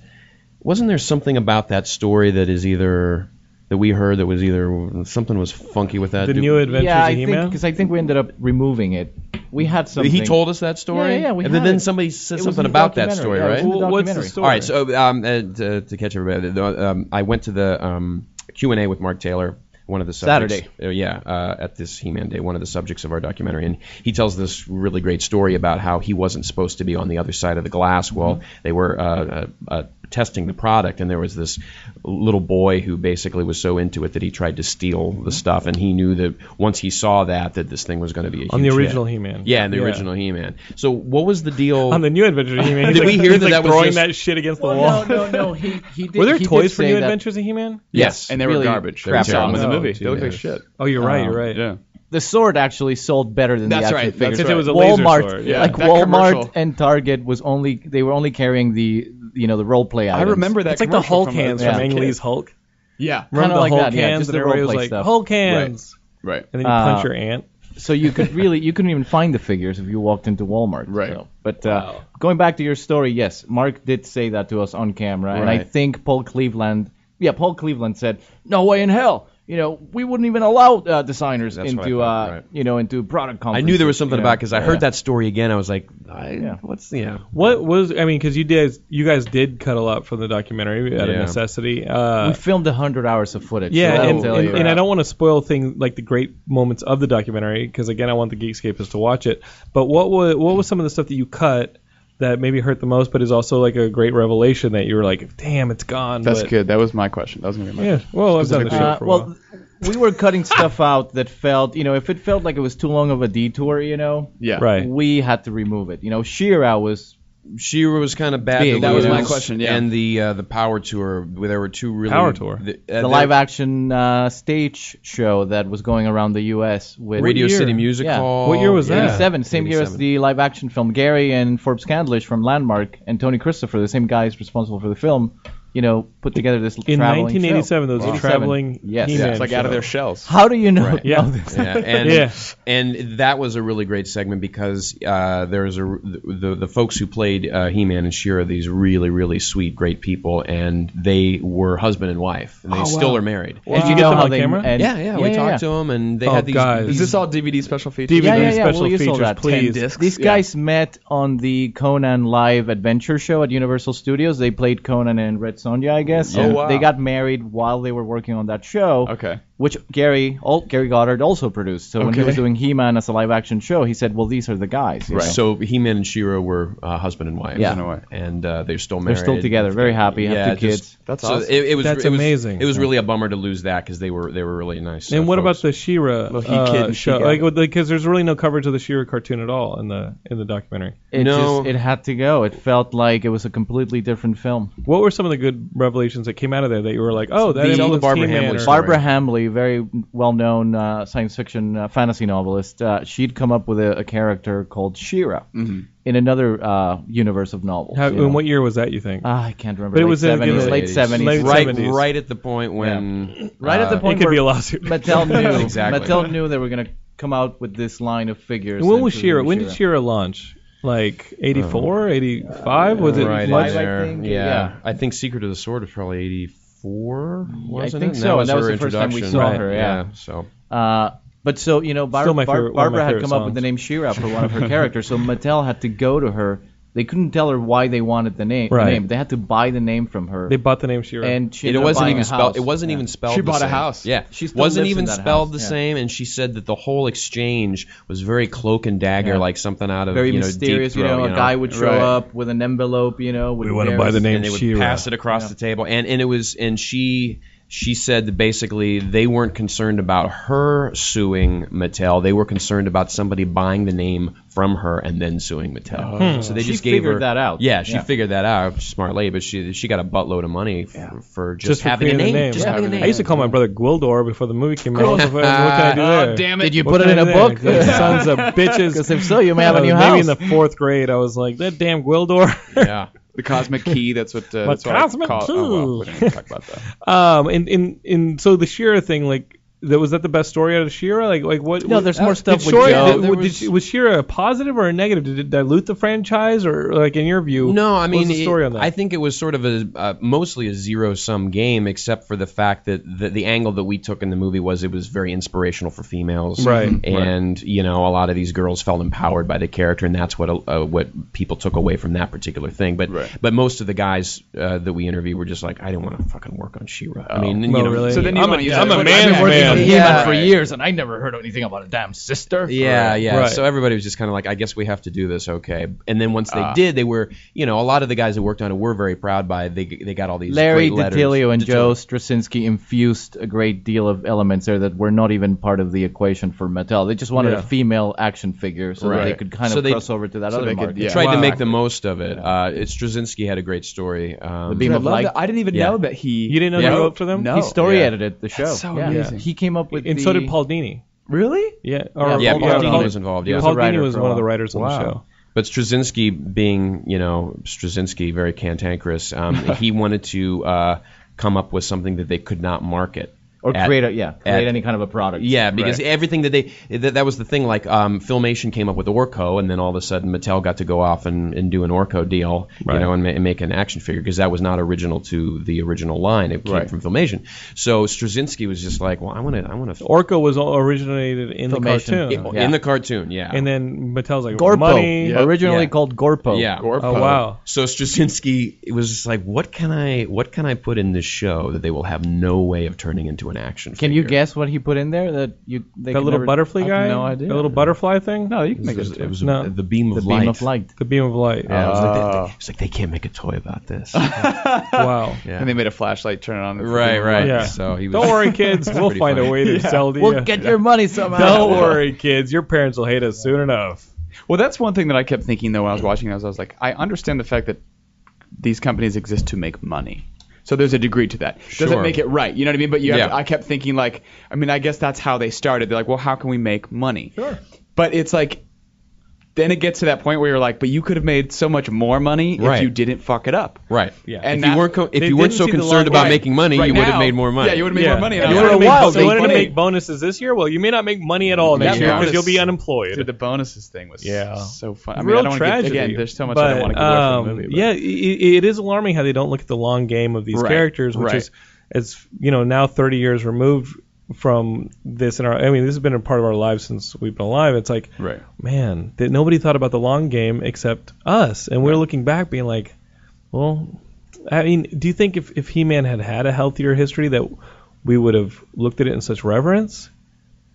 [SPEAKER 5] Wasn't there something about that story that is either that we heard that was either something was funky with that?
[SPEAKER 2] The
[SPEAKER 5] Do-
[SPEAKER 2] new adventures
[SPEAKER 4] yeah,
[SPEAKER 2] of
[SPEAKER 4] I think
[SPEAKER 2] He-Man.
[SPEAKER 4] because I think we ended up removing it. We had something.
[SPEAKER 5] He told us that story.
[SPEAKER 4] Yeah, yeah, yeah, we
[SPEAKER 5] and
[SPEAKER 4] had
[SPEAKER 5] then, then
[SPEAKER 4] it.
[SPEAKER 5] somebody said
[SPEAKER 4] It was
[SPEAKER 5] something
[SPEAKER 4] in the
[SPEAKER 5] about that story,
[SPEAKER 4] documentary. Yeah, it was
[SPEAKER 5] right?
[SPEAKER 4] in the
[SPEAKER 2] Well, what's the
[SPEAKER 4] documentary.
[SPEAKER 2] story?
[SPEAKER 5] All right, so um, uh, to, to catch everybody, the, um, I went to the um, Q and A with Mark Taylor, one of the subjects,
[SPEAKER 4] Saturday.
[SPEAKER 5] uh, yeah, uh, at this He-Man Day, one of the subjects of our documentary, and he tells this really great story about how he wasn't supposed to be on the other side of the glass. Well, they were uh, uh, uh, testing the product, and there was this little boy who basically was so into it that he tried to steal the stuff, and he knew that once he saw that, that this thing was going to be a
[SPEAKER 2] On the
[SPEAKER 5] huge hit.
[SPEAKER 2] original He-Man.
[SPEAKER 5] Yeah, in the
[SPEAKER 2] Yeah.
[SPEAKER 5] original He-Man. So what was the deal?
[SPEAKER 2] (laughs) on the new adventures of He-Man. he's
[SPEAKER 5] Did
[SPEAKER 2] like-
[SPEAKER 5] we hear
[SPEAKER 2] he's
[SPEAKER 5] that
[SPEAKER 2] like
[SPEAKER 5] that was
[SPEAKER 2] throwing
[SPEAKER 5] just-
[SPEAKER 2] that shit against the wall?
[SPEAKER 4] Well, Oh, no, no, no. He, he did,
[SPEAKER 2] Were there
[SPEAKER 4] he did
[SPEAKER 2] toys for
[SPEAKER 4] say
[SPEAKER 2] New
[SPEAKER 4] that-
[SPEAKER 2] Adventures of He-Man?
[SPEAKER 5] yes,
[SPEAKER 3] and they were
[SPEAKER 4] really
[SPEAKER 3] garbage.
[SPEAKER 5] crap
[SPEAKER 3] We saw them in the
[SPEAKER 2] show.
[SPEAKER 3] movie.
[SPEAKER 5] Oh,
[SPEAKER 3] They look like
[SPEAKER 5] yeah.
[SPEAKER 3] shit.
[SPEAKER 2] Oh, you're right.
[SPEAKER 5] Uh,
[SPEAKER 2] You're right.
[SPEAKER 3] Yeah.
[SPEAKER 4] the sword actually sold better than
[SPEAKER 3] That's
[SPEAKER 4] the
[SPEAKER 3] right,
[SPEAKER 4] actual
[SPEAKER 3] that's
[SPEAKER 4] figures.
[SPEAKER 3] right. It
[SPEAKER 2] was a laser
[SPEAKER 4] Walmart,
[SPEAKER 2] sword.
[SPEAKER 3] Yeah.
[SPEAKER 4] like
[SPEAKER 3] That
[SPEAKER 4] Walmart
[SPEAKER 3] commercial.
[SPEAKER 4] and Target was only they were only carrying the you know the role play
[SPEAKER 3] I
[SPEAKER 4] items.
[SPEAKER 3] remember that.
[SPEAKER 2] It's like the
[SPEAKER 3] commercial
[SPEAKER 2] Hulk hands
[SPEAKER 3] as a
[SPEAKER 2] from Ang
[SPEAKER 3] kid.
[SPEAKER 2] Lee's Hulk.
[SPEAKER 3] Yeah.
[SPEAKER 2] Remember
[SPEAKER 4] Kinda
[SPEAKER 2] the
[SPEAKER 4] like
[SPEAKER 2] Hulk
[SPEAKER 4] that, yeah,
[SPEAKER 2] hands?
[SPEAKER 4] just
[SPEAKER 2] and
[SPEAKER 4] the
[SPEAKER 2] everybody was
[SPEAKER 4] roleplay
[SPEAKER 2] like,
[SPEAKER 4] stuff.
[SPEAKER 2] Hulk hands.
[SPEAKER 3] Right.
[SPEAKER 2] And then you
[SPEAKER 4] Uh,
[SPEAKER 2] punch your aunt.
[SPEAKER 4] so you could really you couldn't even find the figures if you walked into Walmart.
[SPEAKER 3] Right.
[SPEAKER 4] so. But uh, going back to your story, yes, Mark did say that to us on camera, and I
[SPEAKER 3] Right.
[SPEAKER 4] think Paul Cleveland, yeah, Paul Cleveland said, "No way in hell." You know, we wouldn't even allow uh, designers
[SPEAKER 5] That's what I
[SPEAKER 4] into
[SPEAKER 5] thought,
[SPEAKER 4] uh,
[SPEAKER 5] right.
[SPEAKER 4] you know into product
[SPEAKER 5] I
[SPEAKER 4] conferences.
[SPEAKER 5] knew there was something
[SPEAKER 4] you know.
[SPEAKER 5] about because I
[SPEAKER 4] Yeah.
[SPEAKER 5] heard that story again. I was like, I, what's the yeah?
[SPEAKER 2] What was I mean? Because you did, you guys did cut a lot from the documentary out of
[SPEAKER 5] Yeah.
[SPEAKER 2] necessity. Uh,
[SPEAKER 4] We filmed hundred hours of footage. so
[SPEAKER 2] yeah,
[SPEAKER 4] that'll
[SPEAKER 2] and,
[SPEAKER 4] tell
[SPEAKER 2] and,
[SPEAKER 4] you.
[SPEAKER 2] and I don't want to spoil things like the great moments of the documentary because again, I want the Geekscapists to watch it. But what was what was some of the stuff that you cut that maybe hurt the most, but is also like a great revelation that you were like, damn, it's gone.
[SPEAKER 3] That's
[SPEAKER 2] but-
[SPEAKER 3] good. That was my question. That was gonna be my
[SPEAKER 2] Yeah. Well, I've done the show
[SPEAKER 4] Uh,
[SPEAKER 2] for a while.
[SPEAKER 4] well, we were cutting stuff out that felt, you know, if it felt like it was too long of a detour, you know,
[SPEAKER 3] Yeah.
[SPEAKER 2] Right.
[SPEAKER 4] we had to remove it. You know, Shira was
[SPEAKER 5] she was kind of bad.
[SPEAKER 3] Big,
[SPEAKER 5] to
[SPEAKER 3] that was
[SPEAKER 5] lose,
[SPEAKER 3] my question, yeah.
[SPEAKER 5] and the uh, the power tour. Where there were two really
[SPEAKER 2] Power tour?
[SPEAKER 5] The, uh,
[SPEAKER 4] the
[SPEAKER 5] there-
[SPEAKER 4] live action uh, stage show that was going around the U.S. with
[SPEAKER 5] Radio
[SPEAKER 2] year?
[SPEAKER 5] City Music
[SPEAKER 4] Yeah.
[SPEAKER 5] Hall.
[SPEAKER 2] What year was that?
[SPEAKER 5] Yeah.
[SPEAKER 4] 87, same year as
[SPEAKER 5] 87.
[SPEAKER 4] the live action film. Gary and Forbes Candlish from Landmark and Tony Christopher, the same guys responsible for the film, you know, put together this
[SPEAKER 2] In
[SPEAKER 4] traveling
[SPEAKER 2] 1987,
[SPEAKER 4] show.
[SPEAKER 2] those
[SPEAKER 4] 87.
[SPEAKER 2] traveling
[SPEAKER 4] Yes.
[SPEAKER 2] He-Man
[SPEAKER 5] Yeah, it's like out of
[SPEAKER 2] show.
[SPEAKER 5] their shells.
[SPEAKER 4] How do you know,
[SPEAKER 2] Yeah.
[SPEAKER 4] (laughs) know this?
[SPEAKER 5] (laughs) yeah, and
[SPEAKER 2] Yeah.
[SPEAKER 5] and that was a really great segment because uh, there's a the, the folks who played uh, He-Man and She-Ra, these really really sweet great people, and they were husband and wife, and they
[SPEAKER 2] Oh,
[SPEAKER 5] still are married.
[SPEAKER 2] Did you get
[SPEAKER 4] know
[SPEAKER 2] them
[SPEAKER 4] how
[SPEAKER 2] on
[SPEAKER 4] they-
[SPEAKER 2] camera?
[SPEAKER 4] and-
[SPEAKER 5] yeah, yeah, we talked to them, and they
[SPEAKER 2] Oh,
[SPEAKER 5] had these.
[SPEAKER 2] guys. Is
[SPEAKER 5] these-
[SPEAKER 3] Is this all DVD special features?
[SPEAKER 2] DVD
[SPEAKER 4] Yeah, yeah, yeah.
[SPEAKER 2] special
[SPEAKER 4] We'll use all
[SPEAKER 2] features,
[SPEAKER 4] that. 10
[SPEAKER 2] please.
[SPEAKER 3] discs.
[SPEAKER 4] These guys met on the Conan Live Adventure Show at Universal Studios. They played Conan and Red Sonja, I guess.
[SPEAKER 3] Oh,
[SPEAKER 4] and
[SPEAKER 3] wow.
[SPEAKER 4] They got married while they were working on that show.
[SPEAKER 3] Okay.
[SPEAKER 4] Which Gary, all, Gary Goddard also produced. So when he
[SPEAKER 3] Okay.
[SPEAKER 4] was doing He-Man as a live action show, he said, "Well, these are the guys." you know.
[SPEAKER 5] So He-Man and She-Ra were uh, husband and wife.
[SPEAKER 4] Yeah.
[SPEAKER 3] Husband and wife.
[SPEAKER 5] and uh, they're still
[SPEAKER 4] They're
[SPEAKER 5] married.
[SPEAKER 4] still together, very happy, have
[SPEAKER 5] Yeah,
[SPEAKER 4] two kids.
[SPEAKER 5] just-
[SPEAKER 3] That's
[SPEAKER 5] so
[SPEAKER 3] awesome.
[SPEAKER 5] It, it was
[SPEAKER 2] That's
[SPEAKER 5] it was-
[SPEAKER 2] amazing.
[SPEAKER 5] It was really a bummer to lose that because they were they were really nice.
[SPEAKER 2] And
[SPEAKER 5] uh,
[SPEAKER 2] what
[SPEAKER 5] folks.
[SPEAKER 2] about the Shira
[SPEAKER 3] Little he kid
[SPEAKER 2] uh,
[SPEAKER 3] and she
[SPEAKER 2] show?
[SPEAKER 3] gal.
[SPEAKER 2] Like, because there's really no coverage of the Shira cartoon at all in the in the documentary.
[SPEAKER 4] it
[SPEAKER 5] No.
[SPEAKER 4] just it had to go. It felt like it was a completely different film.
[SPEAKER 2] What were some of the good revelations that came out of there that you were like, oh, that
[SPEAKER 5] The-
[SPEAKER 2] is
[SPEAKER 5] Tell the Barbara Hamlin story.
[SPEAKER 4] Barbara Hamley, very well-known uh, science fiction uh, fantasy novelist, uh, she'd come up with a, a character called Shira
[SPEAKER 5] Mm-hmm.
[SPEAKER 4] in another uh, universe of novels.
[SPEAKER 2] How,
[SPEAKER 4] you know.
[SPEAKER 2] in what year was that? You think?
[SPEAKER 4] Ah, I can't remember.
[SPEAKER 2] But it
[SPEAKER 4] late
[SPEAKER 2] was in the-
[SPEAKER 4] 70s,
[SPEAKER 2] the
[SPEAKER 4] late
[SPEAKER 2] 80s.
[SPEAKER 4] 70s,
[SPEAKER 2] Late
[SPEAKER 5] right
[SPEAKER 2] 70s.
[SPEAKER 5] right at the point when
[SPEAKER 4] right at the
[SPEAKER 5] uh,
[SPEAKER 4] point
[SPEAKER 2] it could
[SPEAKER 4] where
[SPEAKER 2] be a lawsuit.
[SPEAKER 5] (laughs)
[SPEAKER 4] Mattel knew
[SPEAKER 5] Exactly.
[SPEAKER 4] Mattel knew they were gonna come out with this line of figures.
[SPEAKER 2] And when
[SPEAKER 4] that
[SPEAKER 2] was
[SPEAKER 4] was
[SPEAKER 2] Shira?
[SPEAKER 4] gonna be
[SPEAKER 2] When did Shira launch? Like 84, 85? Was it
[SPEAKER 5] right
[SPEAKER 2] much?
[SPEAKER 5] in
[SPEAKER 4] I
[SPEAKER 5] there.
[SPEAKER 4] think,
[SPEAKER 5] yeah.
[SPEAKER 4] yeah.
[SPEAKER 5] I think Secret of the Sword was probably eighty four.
[SPEAKER 4] I
[SPEAKER 5] Wasn't
[SPEAKER 4] think
[SPEAKER 5] it?
[SPEAKER 4] so, and that was
[SPEAKER 5] her
[SPEAKER 4] the first time we
[SPEAKER 5] introduction.
[SPEAKER 4] saw
[SPEAKER 2] Right.
[SPEAKER 4] her, yeah.
[SPEAKER 5] So
[SPEAKER 4] Uh, but so you know, Bar-
[SPEAKER 2] Still my
[SPEAKER 4] Bar-
[SPEAKER 2] favorite- one of my
[SPEAKER 4] Barbara had
[SPEAKER 2] favorite
[SPEAKER 4] come up with
[SPEAKER 2] songs.
[SPEAKER 4] the name Shira for one
[SPEAKER 2] (laughs)
[SPEAKER 4] of her characters, so Mattel had to go to her. They couldn't tell her why they wanted the name. the
[SPEAKER 2] Right.
[SPEAKER 4] name. They had to buy the name from her.
[SPEAKER 2] They bought the name Shira.
[SPEAKER 4] and she
[SPEAKER 5] it
[SPEAKER 4] ended up
[SPEAKER 5] wasn't
[SPEAKER 4] buying
[SPEAKER 5] even
[SPEAKER 4] a
[SPEAKER 5] spelled. It
[SPEAKER 4] house.
[SPEAKER 5] wasn't
[SPEAKER 4] Yeah.
[SPEAKER 5] even spelled.
[SPEAKER 3] She
[SPEAKER 5] the
[SPEAKER 3] bought a
[SPEAKER 5] same.
[SPEAKER 3] house.
[SPEAKER 5] Yeah,
[SPEAKER 4] She still
[SPEAKER 5] wasn't
[SPEAKER 4] lives
[SPEAKER 5] even
[SPEAKER 4] in that
[SPEAKER 5] spelled
[SPEAKER 4] house,
[SPEAKER 5] the
[SPEAKER 4] yeah.
[SPEAKER 5] same. And she said that the whole exchange was very cloak and dagger,
[SPEAKER 4] Yeah.
[SPEAKER 5] like something out of
[SPEAKER 4] very
[SPEAKER 5] you know,
[SPEAKER 4] mysterious.
[SPEAKER 5] Deep Throat,
[SPEAKER 4] you know, a guy would show
[SPEAKER 5] Right.
[SPEAKER 4] up with an envelope. You know, with
[SPEAKER 2] We wanna buy the
[SPEAKER 4] various-
[SPEAKER 2] name
[SPEAKER 5] and they would
[SPEAKER 2] She-Ra.
[SPEAKER 5] pass it across the table. And and it was and she she said that basically they weren't concerned about her suing Mattel. They were concerned about somebody buying the name from her and then suing Mattel. So they
[SPEAKER 4] Oh. She
[SPEAKER 5] just gave
[SPEAKER 4] figured
[SPEAKER 5] her
[SPEAKER 4] that out. (laughs)
[SPEAKER 5] Yeah, she
[SPEAKER 4] Yeah.
[SPEAKER 5] figured that out. Smart lady, but she she got a buttload of money for, for just,
[SPEAKER 2] just for
[SPEAKER 5] having a
[SPEAKER 2] creating
[SPEAKER 5] name.
[SPEAKER 2] the name.
[SPEAKER 5] Just having a name.
[SPEAKER 2] I used to call my brother Gwildor before the movie came out. what can I do there?
[SPEAKER 3] Oh, damn it.
[SPEAKER 4] Did you
[SPEAKER 2] What
[SPEAKER 4] put it
[SPEAKER 2] can
[SPEAKER 4] in
[SPEAKER 2] I
[SPEAKER 4] a
[SPEAKER 2] do there?
[SPEAKER 4] book?
[SPEAKER 2] Those (laughs) sons of
[SPEAKER 4] (laughs)
[SPEAKER 2] bitches.
[SPEAKER 4] Because if so, you may have a
[SPEAKER 2] Uh,
[SPEAKER 4] new
[SPEAKER 2] maybe
[SPEAKER 4] house.
[SPEAKER 2] in the fourth grade, I was like, that damn
[SPEAKER 4] (laughs)
[SPEAKER 2] Gwildor.
[SPEAKER 5] yeah.
[SPEAKER 3] The Cosmic Key. That's what. Uh, that's what
[SPEAKER 2] Cosmic
[SPEAKER 3] I call, Oh,
[SPEAKER 2] Key.
[SPEAKER 3] well, we didn't talk about that.
[SPEAKER 2] um, and, and, and so the Shira thing, like, that was that the best story out of Shira? Like, like what?
[SPEAKER 4] No, there's more
[SPEAKER 2] did
[SPEAKER 4] stuff with
[SPEAKER 2] Shira-
[SPEAKER 4] Joe.
[SPEAKER 2] did-
[SPEAKER 5] There
[SPEAKER 2] did
[SPEAKER 5] was-
[SPEAKER 2] she- was Shira a positive or a negative? Did it dilute the franchise, or like in your view?
[SPEAKER 5] No, I
[SPEAKER 2] what
[SPEAKER 5] mean,
[SPEAKER 2] was the story
[SPEAKER 5] it-
[SPEAKER 2] on that?
[SPEAKER 5] I think it was sort of a uh, mostly a zero sum game, except for the fact that the, the angle that we took in the movie was it was very inspirational for females,
[SPEAKER 2] Right.
[SPEAKER 5] And you know, a lot of these girls felt empowered by the character, and that's what uh, what people took away from that particular thing. But
[SPEAKER 3] Right.
[SPEAKER 5] but most of the guys uh, that we interviewed were just like, I don't want to fucking work on She-Ra. I mean,
[SPEAKER 2] Oh,
[SPEAKER 5] you know,
[SPEAKER 2] really?
[SPEAKER 3] So then you
[SPEAKER 2] I'm
[SPEAKER 3] wanna
[SPEAKER 2] a,
[SPEAKER 3] use
[SPEAKER 2] I'm
[SPEAKER 3] that-
[SPEAKER 2] a
[SPEAKER 3] I've
[SPEAKER 2] man,
[SPEAKER 3] been working
[SPEAKER 2] man.
[SPEAKER 3] on
[SPEAKER 4] He-Man
[SPEAKER 3] Yeah.
[SPEAKER 4] for years, and I never heard anything about a damn sister.
[SPEAKER 5] Yeah, yeah.
[SPEAKER 2] Right.
[SPEAKER 5] So everybody was just kind of like, I guess we have to do this, okay? And then once they
[SPEAKER 4] Ah.
[SPEAKER 5] did, they were, you know, a lot of the guys that worked on it were very proud by. It. They they got all these
[SPEAKER 4] Larry
[SPEAKER 5] great letters.
[SPEAKER 4] DiTilio and Joe Straczynski infused a great deal of elements there that were not even part of the equation for Mattel. They just wanted
[SPEAKER 2] Yeah.
[SPEAKER 4] a female action figure so that they
[SPEAKER 3] Right.
[SPEAKER 4] could kind
[SPEAKER 5] So
[SPEAKER 4] of
[SPEAKER 5] they-
[SPEAKER 4] cross over to that other
[SPEAKER 3] they could-
[SPEAKER 4] market.
[SPEAKER 3] yeah.
[SPEAKER 5] Tried
[SPEAKER 2] Wow.
[SPEAKER 5] to make the most of it. Uh, it Straczynski had a great story. Um,
[SPEAKER 4] The beam
[SPEAKER 3] I,
[SPEAKER 4] of
[SPEAKER 3] love
[SPEAKER 4] light.
[SPEAKER 3] that. I didn't even
[SPEAKER 5] Yeah.
[SPEAKER 3] know that he.
[SPEAKER 2] You didn't know he
[SPEAKER 3] Yeah.
[SPEAKER 2] wrote for them?
[SPEAKER 3] No.
[SPEAKER 4] He story
[SPEAKER 5] yeah.
[SPEAKER 4] edited the show.
[SPEAKER 3] so
[SPEAKER 4] yeah.
[SPEAKER 3] amazing.
[SPEAKER 4] He came up with
[SPEAKER 2] and
[SPEAKER 4] the,
[SPEAKER 2] so did Paul Dini.
[SPEAKER 4] Really?
[SPEAKER 2] Yeah, or,
[SPEAKER 5] yeah,
[SPEAKER 4] Paul
[SPEAKER 5] Paul
[SPEAKER 4] Dini
[SPEAKER 5] Dini
[SPEAKER 4] was-
[SPEAKER 5] was involved.
[SPEAKER 4] he
[SPEAKER 5] Yeah,
[SPEAKER 4] was
[SPEAKER 2] Paul
[SPEAKER 4] a writer
[SPEAKER 2] Dini was
[SPEAKER 4] for a
[SPEAKER 2] one of the
[SPEAKER 4] while.
[SPEAKER 2] writers on the show.
[SPEAKER 5] But Straczynski, being you know Straczynski, very cantankerous,
[SPEAKER 4] (laughs)
[SPEAKER 5] um, he wanted to uh, come up with something that they could not market
[SPEAKER 4] Or
[SPEAKER 5] At-
[SPEAKER 4] create a yeah, create
[SPEAKER 5] at-
[SPEAKER 4] any kind of a product.
[SPEAKER 5] Yeah, because everything that they that, that was the thing. Like, um, Filmation came up with the Orco, and then all of a sudden Mattel got to go off and, and do an Orco deal,
[SPEAKER 2] Right.
[SPEAKER 5] you know, and, ma- and make an action figure because that was not original to the original line. It came
[SPEAKER 3] Right.
[SPEAKER 5] from Filmation. So Straczynski was just like, well, I want to, I want to.
[SPEAKER 2] Orca was all originated in the
[SPEAKER 4] Filmation.
[SPEAKER 2] cartoon,
[SPEAKER 4] It- Yeah.
[SPEAKER 5] In the cartoon, yeah.
[SPEAKER 2] and then Mattel's like
[SPEAKER 4] Gorpo,
[SPEAKER 2] money.
[SPEAKER 3] Yeah.
[SPEAKER 4] originally
[SPEAKER 5] Yeah.
[SPEAKER 4] called Gorpo.
[SPEAKER 5] yeah.
[SPEAKER 3] Gorpo.
[SPEAKER 2] Oh wow.
[SPEAKER 5] So Straczynski it was just like, what can I, what can I put in this show that they will have no way of turning into an action?
[SPEAKER 4] Can
[SPEAKER 5] figure?
[SPEAKER 4] you guess what he put in there that you they
[SPEAKER 2] That
[SPEAKER 4] could
[SPEAKER 2] little
[SPEAKER 4] never-
[SPEAKER 2] butterfly
[SPEAKER 4] I have
[SPEAKER 2] guy?
[SPEAKER 4] No idea.
[SPEAKER 2] That little butterfly thing? No, you
[SPEAKER 5] It was, it was
[SPEAKER 2] No. Ah.
[SPEAKER 5] the beam of
[SPEAKER 4] the
[SPEAKER 5] light.
[SPEAKER 4] beam of light.
[SPEAKER 2] The beam of light.
[SPEAKER 5] (laughs) Yeah, it was like, they,
[SPEAKER 3] Oh.
[SPEAKER 5] they, it was like they can't make a toy about
[SPEAKER 2] (laughs)
[SPEAKER 5] this.
[SPEAKER 2] Wow.
[SPEAKER 3] And they made a flashlight turn on.
[SPEAKER 5] Right, right.
[SPEAKER 2] Yeah.
[SPEAKER 5] So he was.
[SPEAKER 2] Don't
[SPEAKER 5] (laughs)
[SPEAKER 2] worry, kids. We'll
[SPEAKER 5] pretty
[SPEAKER 2] find a
[SPEAKER 5] funny.
[SPEAKER 2] way to sell to (laughs)
[SPEAKER 4] We'll
[SPEAKER 2] you.
[SPEAKER 4] (laughs) get your money somehow.
[SPEAKER 2] Don't worry, kids. Your parents will hate us soon enough.
[SPEAKER 3] Well, that's one thing that I kept thinking though when I was watching those. I was like, I understand the fact that these companies exist to make money. So there's a degree to that.
[SPEAKER 5] Sure.
[SPEAKER 3] Doesn't make it right. You know what I mean? But you have
[SPEAKER 5] Yeah.
[SPEAKER 3] to- I kept thinking like, I mean, I guess that's how they started. They're like, well, how can we make money?
[SPEAKER 5] Sure.
[SPEAKER 3] But it's like, then it gets to that point where you're like, but you could have made so much more money
[SPEAKER 5] Right.
[SPEAKER 3] if you didn't fuck it up.
[SPEAKER 5] Right.
[SPEAKER 3] Yeah.
[SPEAKER 5] And
[SPEAKER 3] And
[SPEAKER 5] if you
[SPEAKER 3] that-
[SPEAKER 5] weren't co- if
[SPEAKER 2] they
[SPEAKER 5] you weren't
[SPEAKER 2] didn't
[SPEAKER 5] so
[SPEAKER 2] see the long-
[SPEAKER 5] concerned about
[SPEAKER 2] Right.
[SPEAKER 5] making money,
[SPEAKER 3] Right
[SPEAKER 5] you would have
[SPEAKER 3] now-
[SPEAKER 5] made more money.
[SPEAKER 3] Yeah, you would have made more money.
[SPEAKER 2] And
[SPEAKER 3] I
[SPEAKER 2] you
[SPEAKER 3] would've
[SPEAKER 2] want to
[SPEAKER 3] made
[SPEAKER 2] make,
[SPEAKER 3] so
[SPEAKER 2] you
[SPEAKER 3] much
[SPEAKER 2] wanted to
[SPEAKER 3] money.
[SPEAKER 2] make bonuses this year? Well, you may not make money at all
[SPEAKER 3] That
[SPEAKER 2] next year
[SPEAKER 3] bonus-
[SPEAKER 2] because you'll be unemployed.
[SPEAKER 3] Dude, the bonuses thing was
[SPEAKER 2] Yeah.
[SPEAKER 3] so fun. I mean,
[SPEAKER 2] Real
[SPEAKER 3] I don't wanna
[SPEAKER 2] tragedy.
[SPEAKER 3] Get, again, there's so much I
[SPEAKER 2] but,
[SPEAKER 3] don't want to give away
[SPEAKER 2] um,
[SPEAKER 3] from the movie. but-
[SPEAKER 2] Yeah, it, it is alarming how they don't look at the long game of these
[SPEAKER 3] Right,
[SPEAKER 2] characters, which
[SPEAKER 3] right.
[SPEAKER 2] is, as you know, now 30 years removed from this. In our, I mean, this has been a part of our lives since we've been alive. It's like,
[SPEAKER 3] Right.
[SPEAKER 2] man, that nobody thought about the long game except us, and we're looking back, being like, well, I mean, do you think if if He-Man had had a healthier history that we would have looked at it in such reverence?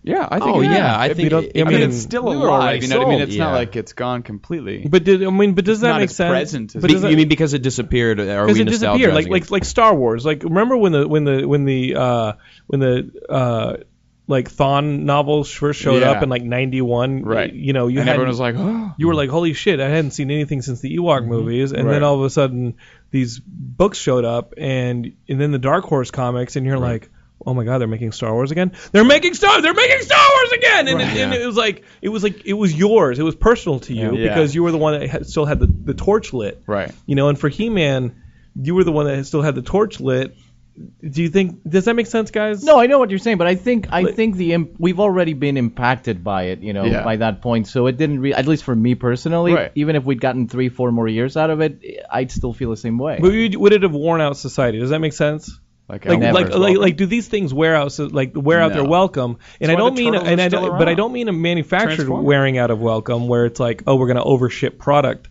[SPEAKER 3] Yeah, I think.
[SPEAKER 5] Oh,
[SPEAKER 3] it-
[SPEAKER 5] yeah, I
[SPEAKER 3] If
[SPEAKER 5] think
[SPEAKER 3] you don't-
[SPEAKER 5] it-
[SPEAKER 3] I mean,
[SPEAKER 2] I
[SPEAKER 3] it's
[SPEAKER 2] mean,
[SPEAKER 3] still
[SPEAKER 5] we were
[SPEAKER 3] alive.
[SPEAKER 5] already
[SPEAKER 3] You know what I mean?
[SPEAKER 5] sold,
[SPEAKER 3] It's
[SPEAKER 5] yeah.
[SPEAKER 3] not like it's gone completely.
[SPEAKER 2] But did I mean? But does that
[SPEAKER 3] not
[SPEAKER 2] make
[SPEAKER 3] as
[SPEAKER 2] sense?
[SPEAKER 3] present as
[SPEAKER 2] But
[SPEAKER 3] it-
[SPEAKER 2] does that-
[SPEAKER 5] you mean because it disappeared? Are
[SPEAKER 2] because
[SPEAKER 5] we
[SPEAKER 2] it disappeared, like
[SPEAKER 5] nostalgizing
[SPEAKER 2] like like Star Wars. Like remember when the when the when the uh, when the uh, like Thawne novels first showed
[SPEAKER 3] Yeah.
[SPEAKER 2] up in like '91,
[SPEAKER 3] Right.
[SPEAKER 2] You know, you
[SPEAKER 3] and
[SPEAKER 2] had
[SPEAKER 3] everyone was like, oh.
[SPEAKER 2] you were like, holy shit, I hadn't seen anything since the Ewok movies, and then
[SPEAKER 3] Mm-hmm. Right.
[SPEAKER 2] all of a sudden these books showed up, and and then the Dark Horse comics, and you're like. Oh my God! They're making Star Wars again. They're making Star. They're making Star Wars again, and, it, and
[SPEAKER 5] Yeah.
[SPEAKER 2] it was like it was like it was yours. It was personal to you
[SPEAKER 3] Yeah.
[SPEAKER 2] because you were the one that had, still had the, the torch lit.
[SPEAKER 3] Right.
[SPEAKER 2] You know, and for He-Man, you were the one that still had the torch lit. Do you think does that make sense, guys?
[SPEAKER 4] No, I know what you're saying, but I think I think the imp- we've already been impacted by it, you know,
[SPEAKER 3] Yeah.
[SPEAKER 4] by that point. So it didn't, re- at least for me personally,
[SPEAKER 3] Right.
[SPEAKER 4] even if we'd gotten three, four more years out of it, I'd still feel the same way.
[SPEAKER 2] But would, would it have worn out society? Does that make sense?
[SPEAKER 3] Like,
[SPEAKER 2] Like,
[SPEAKER 3] Elmer
[SPEAKER 4] never
[SPEAKER 2] like,
[SPEAKER 3] as
[SPEAKER 2] like,
[SPEAKER 3] well.
[SPEAKER 2] like, do these things wear out? So, like, wear out
[SPEAKER 3] No.
[SPEAKER 2] their welcome, and I
[SPEAKER 3] why
[SPEAKER 2] don't
[SPEAKER 3] the
[SPEAKER 2] mean,
[SPEAKER 3] turtles
[SPEAKER 2] and
[SPEAKER 3] are
[SPEAKER 2] I
[SPEAKER 3] still
[SPEAKER 2] don't, but I
[SPEAKER 3] around.
[SPEAKER 2] don't mean a manufactured
[SPEAKER 3] Transformers.
[SPEAKER 2] wearing out of welcome, where it's like, oh, we're gonna overship product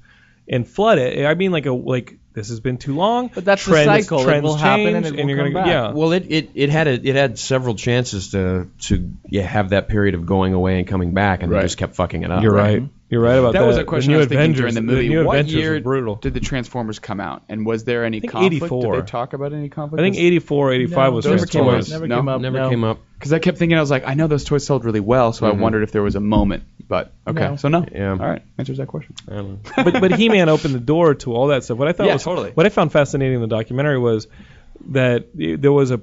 [SPEAKER 2] and flood it. I mean, like a like this has been too long. But
[SPEAKER 4] that's the
[SPEAKER 2] trends,
[SPEAKER 4] cycle. It
[SPEAKER 2] Trends
[SPEAKER 4] will happen and
[SPEAKER 2] change,
[SPEAKER 4] it will
[SPEAKER 2] you're
[SPEAKER 4] come
[SPEAKER 2] gonna
[SPEAKER 4] back.
[SPEAKER 2] yeah.
[SPEAKER 5] Well, it, it, it had a, it had several chances to to yeah, have that period of going away and coming back, and they
[SPEAKER 3] Right.
[SPEAKER 5] just kept fucking it up. Mm-hmm.
[SPEAKER 2] you're right. You're right about that.
[SPEAKER 3] That was a
[SPEAKER 2] The
[SPEAKER 3] question
[SPEAKER 2] new
[SPEAKER 3] I was thinking
[SPEAKER 2] Avengers,
[SPEAKER 3] during the movie.
[SPEAKER 2] new
[SPEAKER 3] what
[SPEAKER 2] Avengers was
[SPEAKER 3] year
[SPEAKER 2] brutal.
[SPEAKER 3] did the Transformers come out? And was there any
[SPEAKER 2] think
[SPEAKER 3] conflict?
[SPEAKER 2] 84.
[SPEAKER 3] Did they talk about any conflict?
[SPEAKER 2] I think 84, 85 was
[SPEAKER 4] those
[SPEAKER 3] never came
[SPEAKER 2] Transformers.
[SPEAKER 3] out.
[SPEAKER 4] Never
[SPEAKER 3] No,
[SPEAKER 4] came up.
[SPEAKER 5] Never
[SPEAKER 4] no.
[SPEAKER 5] came up.
[SPEAKER 3] Because I kept thinking, I was like, I know those toys sold really well, so I wondered if there was a moment. But, okay.
[SPEAKER 4] No.
[SPEAKER 3] So, no.
[SPEAKER 5] Mm-hmm. Yeah.
[SPEAKER 3] All right. Answers that question.
[SPEAKER 2] (laughs) but but He-Man opened the door to all that stuff. What I thought
[SPEAKER 3] Yeah,
[SPEAKER 2] was
[SPEAKER 3] totally.
[SPEAKER 2] what I found fascinating in the documentary was that there was a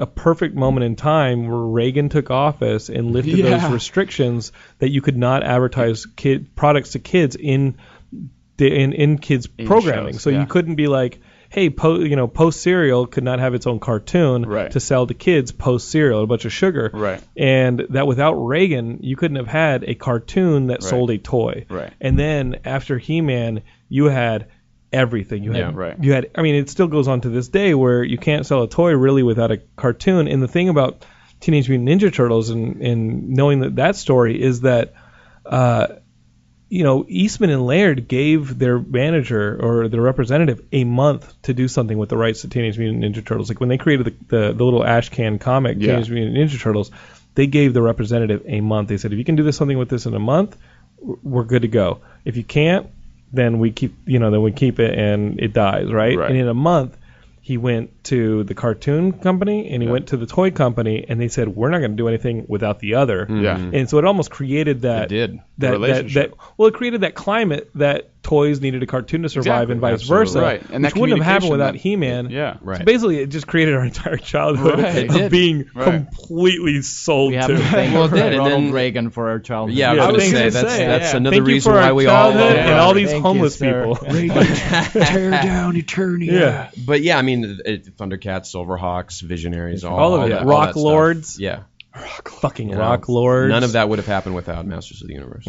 [SPEAKER 2] a perfect moment in time where Reagan took office and lifted
[SPEAKER 3] Yeah.
[SPEAKER 2] those restrictions that you could not advertise kid products to kids in the, in in kids programming.
[SPEAKER 3] shows,
[SPEAKER 2] so
[SPEAKER 3] yeah.
[SPEAKER 2] you couldn't be like Hey, po- you know, post cereal could not have its own cartoon
[SPEAKER 3] Right.
[SPEAKER 2] to sell to kids post cereal, a bunch of sugar.
[SPEAKER 3] Right.
[SPEAKER 2] And that without Reagan, you couldn't have had a cartoon that sold a toy.
[SPEAKER 3] Right.
[SPEAKER 2] And then after He Man, you had everything. You had
[SPEAKER 5] Yeah,
[SPEAKER 3] right.
[SPEAKER 2] you had I mean it still goes on to this day where you can't sell a toy really without a cartoon. And the thing about Teenage Mutant Ninja Turtles and, and knowing that that story is that uh, you know, Eastman and Laird gave their manager or their representative a month to do something with the rights to Teenage Mutant Ninja Turtles. Like when they created the, the, the little ash can comic,
[SPEAKER 3] Yeah.
[SPEAKER 2] Teenage Mutant Ninja Turtles, they gave the representative a month. They said, if you can do this something with this in a month, w- we're good to go. If you can't, then we keep, you know, then we keep it and it dies, right?
[SPEAKER 3] Right.
[SPEAKER 2] And in a month, he went to the cartoon company and he went to the toy company and they said, we're not going to do anything without the other.
[SPEAKER 3] Mm-hmm. Yeah.
[SPEAKER 2] And so it almost created that
[SPEAKER 5] It did.
[SPEAKER 2] that,
[SPEAKER 3] relationship.
[SPEAKER 2] That, that, well, it created that climate that toys needed a cartoon to survive
[SPEAKER 3] Exactly.
[SPEAKER 2] and vice
[SPEAKER 5] Absolutely.
[SPEAKER 2] versa,
[SPEAKER 3] Right. And
[SPEAKER 2] which
[SPEAKER 3] that
[SPEAKER 2] wouldn't have happened
[SPEAKER 3] communication
[SPEAKER 2] without
[SPEAKER 3] that-
[SPEAKER 2] He-Man.
[SPEAKER 3] Yeah.
[SPEAKER 5] Right.
[SPEAKER 2] So basically, it just created our entire childhood
[SPEAKER 3] Right. It
[SPEAKER 2] of
[SPEAKER 5] did.
[SPEAKER 2] being
[SPEAKER 3] Right.
[SPEAKER 2] completely sold
[SPEAKER 4] We have
[SPEAKER 2] to. (laughs)
[SPEAKER 4] to thank
[SPEAKER 5] Well, then, and
[SPEAKER 4] Ronald
[SPEAKER 5] then-
[SPEAKER 4] Reagan for our childhood.
[SPEAKER 5] Yeah, I was
[SPEAKER 2] Yeah,
[SPEAKER 5] gonna
[SPEAKER 2] thank
[SPEAKER 5] say
[SPEAKER 2] you.
[SPEAKER 5] that's
[SPEAKER 3] Say,
[SPEAKER 5] that's
[SPEAKER 3] yeah.
[SPEAKER 5] another
[SPEAKER 2] Thank you
[SPEAKER 5] reason
[SPEAKER 2] for
[SPEAKER 5] why
[SPEAKER 2] our
[SPEAKER 5] we all.
[SPEAKER 2] childhood
[SPEAKER 4] Yeah.
[SPEAKER 2] and all these
[SPEAKER 4] Thank you,
[SPEAKER 2] homeless
[SPEAKER 4] sir.
[SPEAKER 2] people.
[SPEAKER 3] (laughs) Tear down Eternia.
[SPEAKER 2] yeah.
[SPEAKER 5] But yeah, I mean, it, Thundercats, Silverhawks, Visionaries, all,
[SPEAKER 2] All of it.
[SPEAKER 5] that-
[SPEAKER 2] Rock
[SPEAKER 5] that stuff.
[SPEAKER 2] Lords.
[SPEAKER 5] Yeah,
[SPEAKER 2] Fucking
[SPEAKER 5] you know,
[SPEAKER 2] rock lords. Mm-hmm.
[SPEAKER 5] None of that would have happened without Masters of the Universe.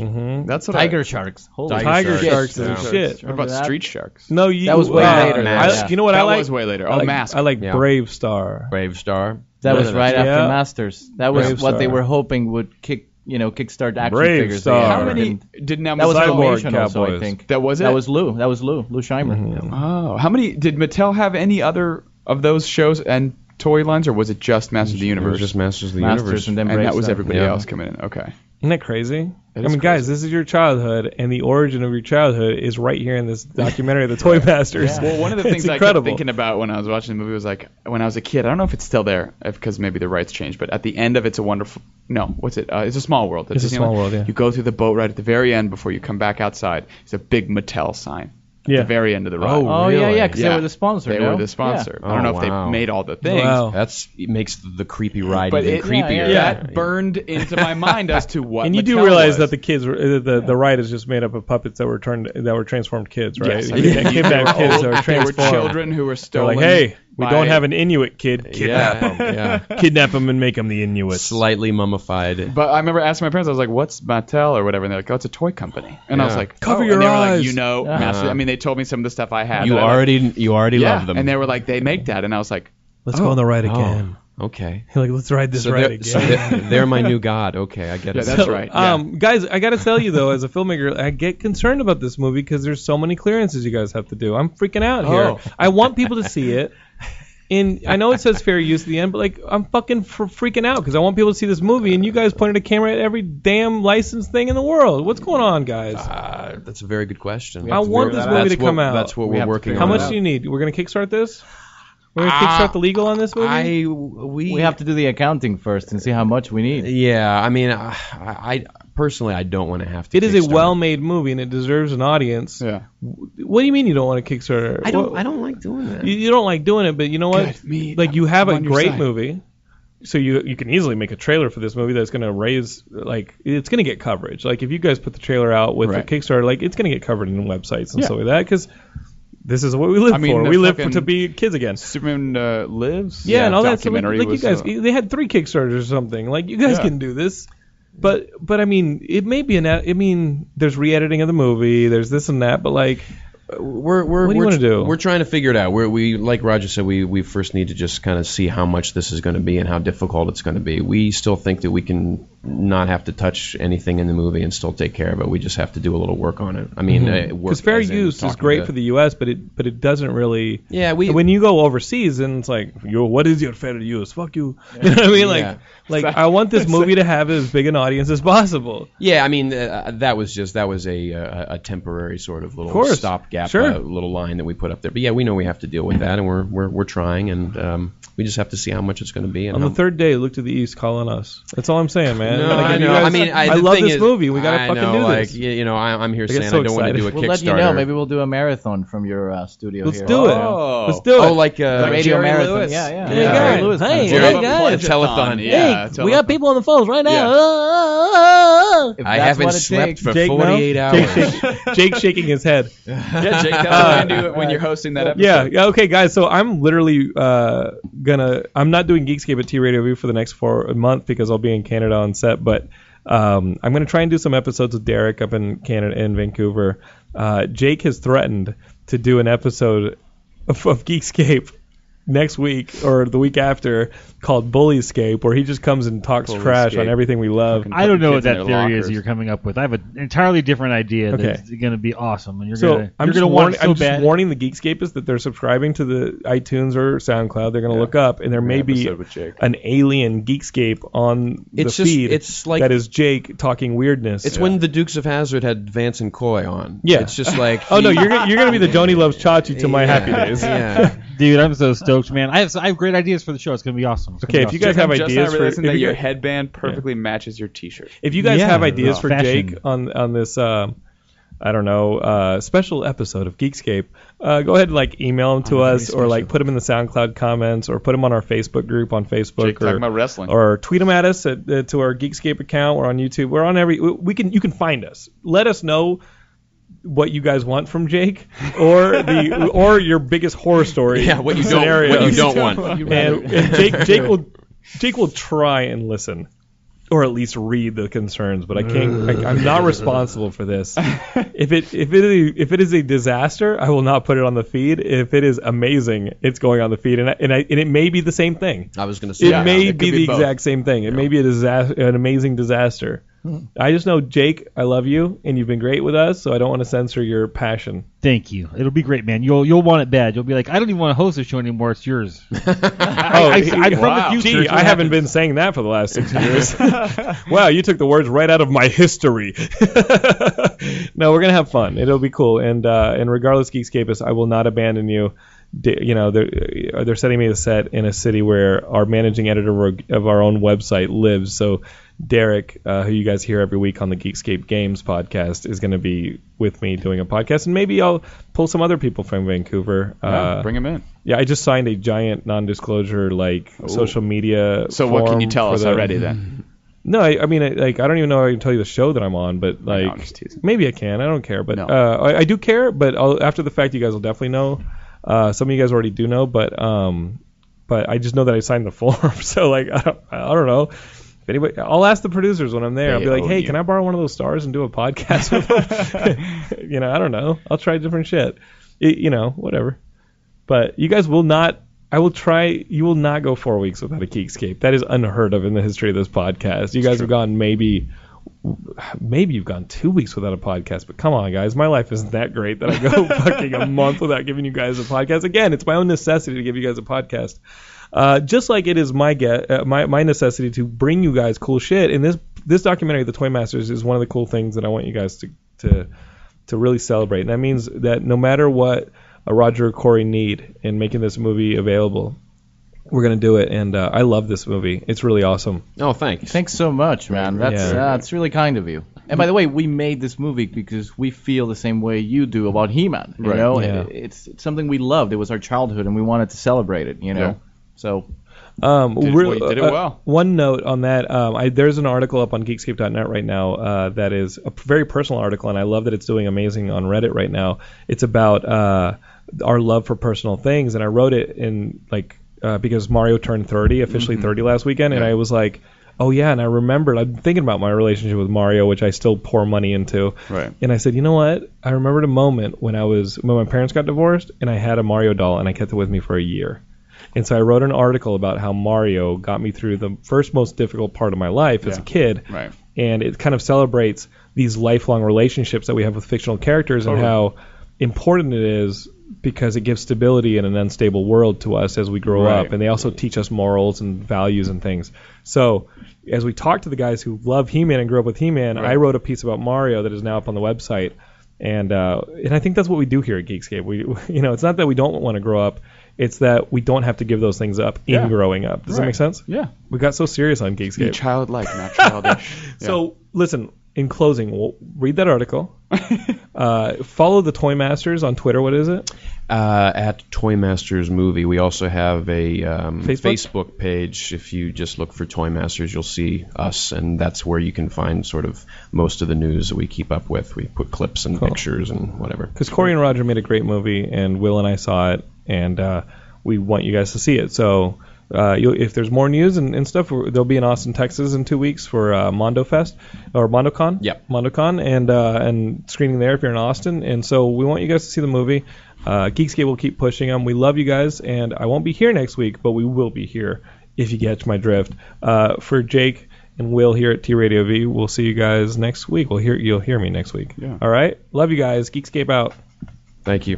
[SPEAKER 3] That's what
[SPEAKER 4] Tiger
[SPEAKER 3] I.
[SPEAKER 4] sharks. Holy
[SPEAKER 5] Tiger
[SPEAKER 2] Tiger
[SPEAKER 5] sharks.
[SPEAKER 2] sharks
[SPEAKER 5] Yeah.
[SPEAKER 2] and
[SPEAKER 5] Sharks.
[SPEAKER 2] shit.
[SPEAKER 3] What about
[SPEAKER 4] Remember that?
[SPEAKER 3] Street Sharks?
[SPEAKER 2] No, you.
[SPEAKER 4] That was way
[SPEAKER 2] uh,
[SPEAKER 4] later,
[SPEAKER 2] I-
[SPEAKER 5] yeah.
[SPEAKER 2] You know what
[SPEAKER 3] that
[SPEAKER 2] I like?
[SPEAKER 3] was way later.
[SPEAKER 2] I
[SPEAKER 3] Oh,
[SPEAKER 2] like,
[SPEAKER 3] Mask.
[SPEAKER 2] I like
[SPEAKER 5] Yeah.
[SPEAKER 2] Brave Star.
[SPEAKER 5] Brave Star.
[SPEAKER 4] That was
[SPEAKER 5] None of
[SPEAKER 4] right
[SPEAKER 2] Yeah.
[SPEAKER 4] after Masters. That was
[SPEAKER 2] Brave
[SPEAKER 4] what they
[SPEAKER 2] Star.
[SPEAKER 4] were hoping would kick, you know, kickstart action
[SPEAKER 2] Brave
[SPEAKER 4] figures.
[SPEAKER 2] Star.
[SPEAKER 4] They
[SPEAKER 3] How
[SPEAKER 4] never
[SPEAKER 3] many
[SPEAKER 4] didn't-
[SPEAKER 3] did now
[SPEAKER 4] That was
[SPEAKER 2] Cyborg
[SPEAKER 4] animation also, I
[SPEAKER 2] Cowboys.
[SPEAKER 4] think.
[SPEAKER 3] That was
[SPEAKER 4] That
[SPEAKER 3] it? Mm-hmm.
[SPEAKER 4] was Lou. That was Lou. Lou Scheimer.
[SPEAKER 3] Oh, how many did Mattel have any other of those shows and toy lines, or was it just Masters of the
[SPEAKER 5] It was
[SPEAKER 3] Universe?
[SPEAKER 5] just Masters of the
[SPEAKER 4] Masters
[SPEAKER 5] Universe.
[SPEAKER 4] and then
[SPEAKER 3] and
[SPEAKER 4] Brave
[SPEAKER 3] that was
[SPEAKER 4] Star.
[SPEAKER 3] everybody
[SPEAKER 5] Yeah.
[SPEAKER 3] else coming in. Okay.
[SPEAKER 2] Isn't that crazy? I
[SPEAKER 3] That
[SPEAKER 2] mean,
[SPEAKER 3] is
[SPEAKER 2] guys, this is your childhood, and the origin of your childhood is right here in this documentary, The
[SPEAKER 3] (laughs)
[SPEAKER 2] Toy Masters.
[SPEAKER 3] Well, one of the
[SPEAKER 2] It's
[SPEAKER 3] things I kept
[SPEAKER 2] incredible.
[SPEAKER 3] thinking about when I was watching the movie was like when I was a kid. I don't know if it's still there because maybe the rights changed. But at the end of It's a Wonderful No, what's it? Uh, it's a Small World.
[SPEAKER 2] It's a
[SPEAKER 3] Disneyland.
[SPEAKER 2] Small World, yeah.
[SPEAKER 3] You go through the boat ride at the very end before you come back outside. It's a big Mattel sign. At
[SPEAKER 2] Yeah.
[SPEAKER 3] The very end of the ride.
[SPEAKER 5] Oh,
[SPEAKER 4] Oh yeah,
[SPEAKER 5] Really?
[SPEAKER 4] yeah, because they were the sponsor.
[SPEAKER 3] They
[SPEAKER 4] no?
[SPEAKER 3] were the sponsor.
[SPEAKER 5] Yeah.
[SPEAKER 3] I don't know
[SPEAKER 5] Oh,
[SPEAKER 3] if
[SPEAKER 5] wow.
[SPEAKER 3] they made all the things.
[SPEAKER 2] Wow.
[SPEAKER 5] That's it makes the creepy ride
[SPEAKER 3] But
[SPEAKER 5] even
[SPEAKER 3] it,
[SPEAKER 5] creepier.
[SPEAKER 4] yeah,
[SPEAKER 2] yeah.
[SPEAKER 3] that burned into my mind as to what.
[SPEAKER 2] and you do
[SPEAKER 3] Mattel
[SPEAKER 2] realize
[SPEAKER 3] was.
[SPEAKER 2] that the kids, were, uh, the the ride is just made up of puppets that were turned that were transformed kids, right?
[SPEAKER 3] Yes,
[SPEAKER 2] I
[SPEAKER 3] I
[SPEAKER 2] mean,
[SPEAKER 3] mean,
[SPEAKER 2] they (laughs)
[SPEAKER 3] they
[SPEAKER 2] kidnapped
[SPEAKER 3] were
[SPEAKER 2] kids
[SPEAKER 3] old,
[SPEAKER 2] that were
[SPEAKER 3] They were
[SPEAKER 2] transformed.
[SPEAKER 3] children who were
[SPEAKER 2] They're
[SPEAKER 3] stolen.
[SPEAKER 2] like, hey, we
[SPEAKER 3] by-
[SPEAKER 2] don't have an Inuit kid. Kidnap
[SPEAKER 5] yeah,
[SPEAKER 2] him.
[SPEAKER 5] yeah.
[SPEAKER 2] (laughs)
[SPEAKER 3] (laughs)
[SPEAKER 2] Kidnap him and make him the Inuit.
[SPEAKER 5] Slightly mummified.
[SPEAKER 3] But I remember asking my parents, I was like, "What's Mattel or whatever?" And they're like, "Oh, it's a toy company." And I was
[SPEAKER 5] Yeah.
[SPEAKER 3] like,
[SPEAKER 2] Cover
[SPEAKER 3] oh.
[SPEAKER 2] your
[SPEAKER 3] and they were
[SPEAKER 2] eyes.
[SPEAKER 3] Like, you know, Master- I mean, they told me some of the stuff I had.
[SPEAKER 5] You
[SPEAKER 3] and I, like,
[SPEAKER 5] already you already
[SPEAKER 3] yeah.
[SPEAKER 5] love them.
[SPEAKER 3] And they were like, "They make that," and I was like,
[SPEAKER 2] Let's go on the ride
[SPEAKER 5] Oh,
[SPEAKER 2] again.
[SPEAKER 5] okay.
[SPEAKER 2] Like, let's ride this
[SPEAKER 5] So,
[SPEAKER 2] ride
[SPEAKER 5] they're,
[SPEAKER 2] again. (laughs)
[SPEAKER 5] so they're, they're my new god. Okay, I get
[SPEAKER 3] Yeah,
[SPEAKER 5] it.
[SPEAKER 3] that's right. yeah.
[SPEAKER 2] Um, guys, I gotta tell you though, as a filmmaker, I get concerned about this movie because there's so many clearances you guys have to do. I'm freaking out here.
[SPEAKER 3] Oh.
[SPEAKER 2] I want people to see it. And I know it says fair use at the end, but like I'm fucking fr- freaking out because I want people to see this movie, and you guys pointed a camera at every damn licensed thing in the world. What's going on, guys?
[SPEAKER 5] Uh, that's a very good question.
[SPEAKER 2] I
[SPEAKER 5] That's
[SPEAKER 2] want
[SPEAKER 5] what-
[SPEAKER 2] this
[SPEAKER 5] that's
[SPEAKER 2] movie to
[SPEAKER 5] what-
[SPEAKER 2] come out.
[SPEAKER 5] That's what
[SPEAKER 4] We
[SPEAKER 5] we are
[SPEAKER 4] have to
[SPEAKER 5] working
[SPEAKER 4] figure
[SPEAKER 2] How
[SPEAKER 5] on.
[SPEAKER 4] it
[SPEAKER 2] much
[SPEAKER 4] out.
[SPEAKER 2] do you need? We're gonna kickstart this. We're gonna
[SPEAKER 5] Ah,
[SPEAKER 2] kickstart the legal on this movie.
[SPEAKER 5] I we
[SPEAKER 4] We have to do the accounting first and see how much we need.
[SPEAKER 5] Yeah, I mean, I, I personally I don't want to have to.
[SPEAKER 2] it is a
[SPEAKER 5] kickstart.
[SPEAKER 2] well-made movie, and it deserves an audience.
[SPEAKER 3] yeah.
[SPEAKER 2] What do you mean you don't want to Kickstarter?
[SPEAKER 5] I don't.
[SPEAKER 2] What-
[SPEAKER 5] I don't like doing that.
[SPEAKER 2] You, you don't like doing it, but you know what?
[SPEAKER 3] Good, me,
[SPEAKER 2] like you have
[SPEAKER 3] I'm
[SPEAKER 2] a
[SPEAKER 3] on your
[SPEAKER 2] great
[SPEAKER 3] side.
[SPEAKER 2] movie, so you you can easily make a trailer for this movie that's gonna raise like it's gonna get coverage. Like if you guys put the trailer out with
[SPEAKER 3] Right.
[SPEAKER 2] the Kickstarter, like it's gonna get covered in websites and
[SPEAKER 3] Yeah.
[SPEAKER 2] stuff like that because this is what we live
[SPEAKER 3] I mean,
[SPEAKER 2] for.
[SPEAKER 3] the
[SPEAKER 2] We live for,
[SPEAKER 3] fucking-
[SPEAKER 2] to be kids again.
[SPEAKER 3] Superman uh, lives.
[SPEAKER 2] Yeah, and all that stuff. Like,
[SPEAKER 3] documentary
[SPEAKER 2] like you
[SPEAKER 3] was,
[SPEAKER 2] guys,
[SPEAKER 3] uh,
[SPEAKER 2] they had three Kickstarters or something. Like you guys
[SPEAKER 3] Yeah.
[SPEAKER 2] can do this. But but I mean, it may be an. I mean, there's re-editing of the movie. There's this and that. But like,
[SPEAKER 5] we're we're
[SPEAKER 2] What do you
[SPEAKER 5] we're,
[SPEAKER 2] wanna do?
[SPEAKER 5] we're trying to figure it out. We're, we like Roger said, we we first need to just kind of see how much this is going to be and how difficult it's going to be. We still think that we can not have to touch anything in the movie and still take care of it. We just have to do a little work on it. I mean, uh, work
[SPEAKER 2] Because Mm-hmm. fair
[SPEAKER 5] as in
[SPEAKER 2] use is
[SPEAKER 5] talking
[SPEAKER 2] great
[SPEAKER 5] to-
[SPEAKER 2] for the U.S., but it but it doesn't really.
[SPEAKER 5] Yeah, we-
[SPEAKER 2] When you go overseas, and it's like, yo, what is your fair use? Fuck you. (laughs) You know what I mean? Like,
[SPEAKER 5] (laughs) Yeah.
[SPEAKER 2] like I want
[SPEAKER 5] (laughs)
[SPEAKER 2] this movie to have as big an audience as possible.
[SPEAKER 5] Yeah, I mean uh, that was just that was a a, a temporary sort of little
[SPEAKER 2] course.
[SPEAKER 5] stopgap
[SPEAKER 2] Sure.
[SPEAKER 5] uh, little line that we put up there. But yeah, we know we have to deal with that, and we're we're, we're trying, and um, we just have to see how much it's going to be. And
[SPEAKER 2] On
[SPEAKER 5] how,
[SPEAKER 2] the third day, look to the east, call on us. That's all I'm saying, man.
[SPEAKER 5] No,
[SPEAKER 2] Like,
[SPEAKER 5] I
[SPEAKER 2] if you
[SPEAKER 5] know.
[SPEAKER 2] guys-
[SPEAKER 5] I mean, I, the
[SPEAKER 2] love
[SPEAKER 5] thing
[SPEAKER 2] this
[SPEAKER 5] is-
[SPEAKER 2] movie. We gotta
[SPEAKER 5] I
[SPEAKER 2] fucking
[SPEAKER 5] know,
[SPEAKER 2] do
[SPEAKER 5] like,
[SPEAKER 2] this.
[SPEAKER 5] y- You know, I, I'm here
[SPEAKER 2] get
[SPEAKER 5] saying
[SPEAKER 2] so
[SPEAKER 5] I don't want to do a
[SPEAKER 2] excited.
[SPEAKER 4] We'll
[SPEAKER 5] Kickstarter.
[SPEAKER 4] let you know. Maybe we'll do a marathon from your uh, studio
[SPEAKER 2] Let's
[SPEAKER 4] here.
[SPEAKER 2] do it.
[SPEAKER 3] Oh.
[SPEAKER 2] Let's do it.
[SPEAKER 5] Oh, like uh,
[SPEAKER 4] The radio marathon. Yeah, yeah.
[SPEAKER 2] Hey,
[SPEAKER 5] Yeah.
[SPEAKER 2] guys.
[SPEAKER 5] Jerry Lewis.
[SPEAKER 2] Hey,
[SPEAKER 5] Jerry
[SPEAKER 2] hey, guys.
[SPEAKER 5] Lewis. telethon.
[SPEAKER 3] Yeah, telethon.
[SPEAKER 2] people on the phones right now.
[SPEAKER 3] Yeah.
[SPEAKER 4] Oh, If
[SPEAKER 5] I
[SPEAKER 4] that's
[SPEAKER 5] haven't
[SPEAKER 4] what it
[SPEAKER 5] slept
[SPEAKER 4] takes.
[SPEAKER 5] for
[SPEAKER 2] Jake, no? (laughs)
[SPEAKER 5] 48 hours.
[SPEAKER 2] Jake shaking his head.
[SPEAKER 3] Yeah, (laughs) Jake, that's what I do it when you're hosting that episode.
[SPEAKER 2] Yeah, yeah, okay, guys. So I'm literally uh, gonna. I'm not doing Geekscape at T Radio View for the next four a month because I'll be in Canada on set. But um, I'm gonna try and do some episodes with Derek up in Canada in Vancouver. Uh, Jake has threatened to do an episode of, of Geekscape next week or the week after called Bullyscape, where he just comes and talks trash on
[SPEAKER 3] Bullyscape.
[SPEAKER 2] everything we love.
[SPEAKER 3] Fucking
[SPEAKER 6] I don't know what
[SPEAKER 3] kids in
[SPEAKER 6] that
[SPEAKER 3] their
[SPEAKER 6] theory is
[SPEAKER 3] lockers.
[SPEAKER 6] that you're coming up with. I have an entirely different idea
[SPEAKER 2] Okay.
[SPEAKER 6] that's going to be awesome, and you're
[SPEAKER 2] So
[SPEAKER 6] going to
[SPEAKER 2] I'm
[SPEAKER 6] you're
[SPEAKER 2] just,
[SPEAKER 6] going to want
[SPEAKER 2] warning,
[SPEAKER 6] it so
[SPEAKER 2] I'm just
[SPEAKER 6] bad.
[SPEAKER 2] warning the Geekscapists that they're subscribing to the iTunes or SoundCloud. They're going to look up, and there may be
[SPEAKER 3] episode with Jake.
[SPEAKER 2] an alien Geekscape on
[SPEAKER 5] It's
[SPEAKER 2] the
[SPEAKER 5] just-
[SPEAKER 2] feed.
[SPEAKER 5] it's like-
[SPEAKER 2] that is Jake talking weirdness.
[SPEAKER 5] It's when the Dukes of Hazard had Vance and Coy on.
[SPEAKER 2] Yeah.
[SPEAKER 5] It's just
[SPEAKER 2] (laughs)
[SPEAKER 5] like
[SPEAKER 2] oh no, you're gonna, you're going to be the Joni loves Chachi to my
[SPEAKER 5] (laughs) Yeah,
[SPEAKER 2] happy days. (laughs)
[SPEAKER 5] Yeah.
[SPEAKER 6] Dude, I'm so stoked, man. I have I have great ideas for the show. It's going to be awesome. It's gonna
[SPEAKER 2] Okay,
[SPEAKER 6] be
[SPEAKER 2] if you
[SPEAKER 6] awesome.
[SPEAKER 2] guys have
[SPEAKER 3] I'm just
[SPEAKER 2] ideas
[SPEAKER 3] now
[SPEAKER 2] for
[SPEAKER 3] realizing
[SPEAKER 2] if
[SPEAKER 3] that
[SPEAKER 2] you
[SPEAKER 3] your
[SPEAKER 2] guys-
[SPEAKER 3] headband perfectly matches your T-shirt.
[SPEAKER 2] if you guys
[SPEAKER 6] Yeah,
[SPEAKER 2] have ideas
[SPEAKER 6] no,
[SPEAKER 2] for
[SPEAKER 6] fashion.
[SPEAKER 2] Jake on on this, uh, I don't know, uh, special episode of Geekscape, uh, go ahead and like email them to us, or like put them in the SoundCloud comments, or put them on our Facebook group on Facebook,
[SPEAKER 3] Jake
[SPEAKER 2] or,
[SPEAKER 3] talking about wrestling.
[SPEAKER 2] or tweet them at us at, uh, to our Geekscape account. We're on YouTube. We're on every. We we can you can find us. Let us know what you guys want from Jake, or the or your biggest horror story.
[SPEAKER 5] Yeah, what you don't
[SPEAKER 2] scenario
[SPEAKER 5] what you
[SPEAKER 2] (laughs)
[SPEAKER 5] don't want.
[SPEAKER 2] and, and Jake (laughs) Jake will Jake will try and listen. Or at least read the concerns, but I can't. I, I'm not responsible for (laughs) this. If it if it is if it is a disaster, I will not put it on the feed. If it is amazing, it's going on the feed, and I, and, I, and it may be the same thing.
[SPEAKER 5] I was going to say
[SPEAKER 2] It
[SPEAKER 5] that.
[SPEAKER 2] may
[SPEAKER 3] it could
[SPEAKER 2] be,
[SPEAKER 3] be
[SPEAKER 2] the
[SPEAKER 3] both.
[SPEAKER 2] exact same thing. It may be a disaster, an amazing disaster. I just know Jake, I love you, and you've been great with us, so I don't want to censor your passion.
[SPEAKER 6] Thank you. It'll be great, man. You'll you'll want it bad. You'll be like, I don't even want to host this show anymore. It's yours.
[SPEAKER 2] Oh,
[SPEAKER 6] I, am from
[SPEAKER 5] wow.
[SPEAKER 6] the future.
[SPEAKER 2] Gee,
[SPEAKER 6] It's
[SPEAKER 2] I
[SPEAKER 6] what
[SPEAKER 2] haven't
[SPEAKER 6] happens.
[SPEAKER 2] been saying that for the last
[SPEAKER 6] (laughs)
[SPEAKER 2] six years. (laughs) wow, you took the words right out of my history. (laughs) no, we're gonna have fun. It'll be cool, and uh, and regardless, Geekscapists, I will not abandon you. D- you know, they're they're setting me a set in a city where our managing editor of- of our own website lives. So Derek, uh, who you guys hear every week on the Geekscape Games podcast, is going to be with me doing a podcast, and maybe I'll pull some other people from Vancouver. Uh,
[SPEAKER 3] Bring him in.
[SPEAKER 2] yeah, I just signed a giant non-disclosure like social media.
[SPEAKER 3] So what can you
[SPEAKER 2] form
[SPEAKER 3] tell
[SPEAKER 2] for
[SPEAKER 3] us
[SPEAKER 2] the-
[SPEAKER 3] already then?
[SPEAKER 2] No, I, I mean, I, like I don't even know if I can tell you the show that I'm on, but like
[SPEAKER 3] I'm just teasing.
[SPEAKER 2] maybe I can. I don't care, but
[SPEAKER 3] No.
[SPEAKER 2] uh, I, I do care. But I'll, after the fact, you guys will definitely know. Uh, some of you guys already do know, but um, but I just know that I signed the (laughs) form, so like I don't, I don't know. If anybody, I'll ask the producers when I'm there. I'll
[SPEAKER 3] They
[SPEAKER 2] be like,
[SPEAKER 3] own
[SPEAKER 2] hey,
[SPEAKER 3] you.
[SPEAKER 2] can I borrow one of those stars and do a
[SPEAKER 3] (laughs)
[SPEAKER 2] podcast with them? (laughs) you know, I don't know. I'll try different shit. It, you know, whatever but you guys will not I will try you will not go 4 weeks without a Geekscape. That is unheard of in the history of this podcast. You guys have gone maybe maybe you've gone 2 weeks without a podcast, but come on guys, my life isn't that great that I go fucking a month without giving you guys a podcast. Again, it's my own necessity to give you guys a podcast. Uh, just like it is my get uh, my my necessity to bring you guys cool shit. And this this documentary, The Toy Masters, is one of the cool things that I want you guys to to to really celebrate. And that means that no matter what a Roger or Corey need in making this movie available, we're gonna do it. And uh, I love this movie. It's really awesome.
[SPEAKER 5] Oh, thanks.
[SPEAKER 4] Thanks so much, man. That's
[SPEAKER 2] Yeah.
[SPEAKER 4] uh, that's really kind of you. And by the way, we made this movie because we feel the same way you do about He-Man. You
[SPEAKER 3] Right.
[SPEAKER 4] know,
[SPEAKER 2] Yeah.
[SPEAKER 4] It- it's, it's something we loved. It was our childhood, and we wanted to celebrate it. You know,
[SPEAKER 3] Yeah.
[SPEAKER 4] so
[SPEAKER 2] Um,
[SPEAKER 3] Did-
[SPEAKER 2] real-
[SPEAKER 3] well, you did it
[SPEAKER 2] uh,
[SPEAKER 3] well.
[SPEAKER 2] One note on that: um, I, there's an article up on Geekscape.net right now uh, that is a p- very personal article, and I love that it's doing amazing on Reddit right now. It's about uh, our love for personal things, and I wrote it in like uh, because Mario turned 30, officially
[SPEAKER 3] Mm-hmm.
[SPEAKER 2] 30 last weekend, and I was like. Oh yeah, and I remembered. I'm thinking about my relationship with Mario, which I still pour money into.
[SPEAKER 3] Right.
[SPEAKER 2] And I said, you know what? I remembered a moment when I was when my parents got divorced, and I had a Mario doll, and I kept it with me for a year. And so I wrote an article about how Mario got me through the first most difficult part of my life as a kid.
[SPEAKER 3] Right.
[SPEAKER 2] And it kind of celebrates these lifelong relationships that we have with fictional characters and how important it is because it gives stability in an unstable world to us as we grow
[SPEAKER 3] Right.
[SPEAKER 2] up. And they also teach us morals and values and things. So as we talk to the guys who love He-Man and grew up with He-Man, I wrote a piece about Mario that is now up on the website and uh, and I think that's what we do here at Geekscape. We (laughs) you know it's not that we don't want to grow up, it's that we don't have to give those things up in
[SPEAKER 3] Yeah.
[SPEAKER 2] growing up. Does that make sense?
[SPEAKER 3] Yeah.
[SPEAKER 2] We got so serious on
[SPEAKER 3] Be
[SPEAKER 2] Geekscape.
[SPEAKER 3] childlike,
[SPEAKER 2] (laughs)
[SPEAKER 3] not childish. Yeah.
[SPEAKER 2] So listen, in closing, we'll read that
[SPEAKER 3] (laughs)
[SPEAKER 2] article. uh, follow the Toy Masters on Twitter. What is it?
[SPEAKER 5] Uh, at Toy Masters Movie, we also have a um,
[SPEAKER 2] Facebook?
[SPEAKER 5] Facebook page. If you just look for Toy Masters, you'll see us, and that's where you can find sort of most of the news that we keep up with. We put clips and pictures and whatever.
[SPEAKER 2] Because Corey and Roger made a great movie, and Will and I saw it, and uh, we want you guys to see it. So. Uh, you'll, if there's more news and, and stuff, we're- they'll be in Austin, Texas, in two weeks for uh, Mondo Fest or MondoCon.
[SPEAKER 5] Yep.
[SPEAKER 2] MondoCon and uh, and screening there if you're in Austin. And so we want you guys to see the movie. Uh, Geekscape will keep pushing them. We love you guys, and I won't be here next week, but we will be here if you catch my drift. Uh, for Jake and Will here at T Radio V, we'll see you guys next week. We'll hear you'll hear me next week.
[SPEAKER 3] Yeah.
[SPEAKER 2] All right. Love you guys. Geekscape out.
[SPEAKER 5] Thank you.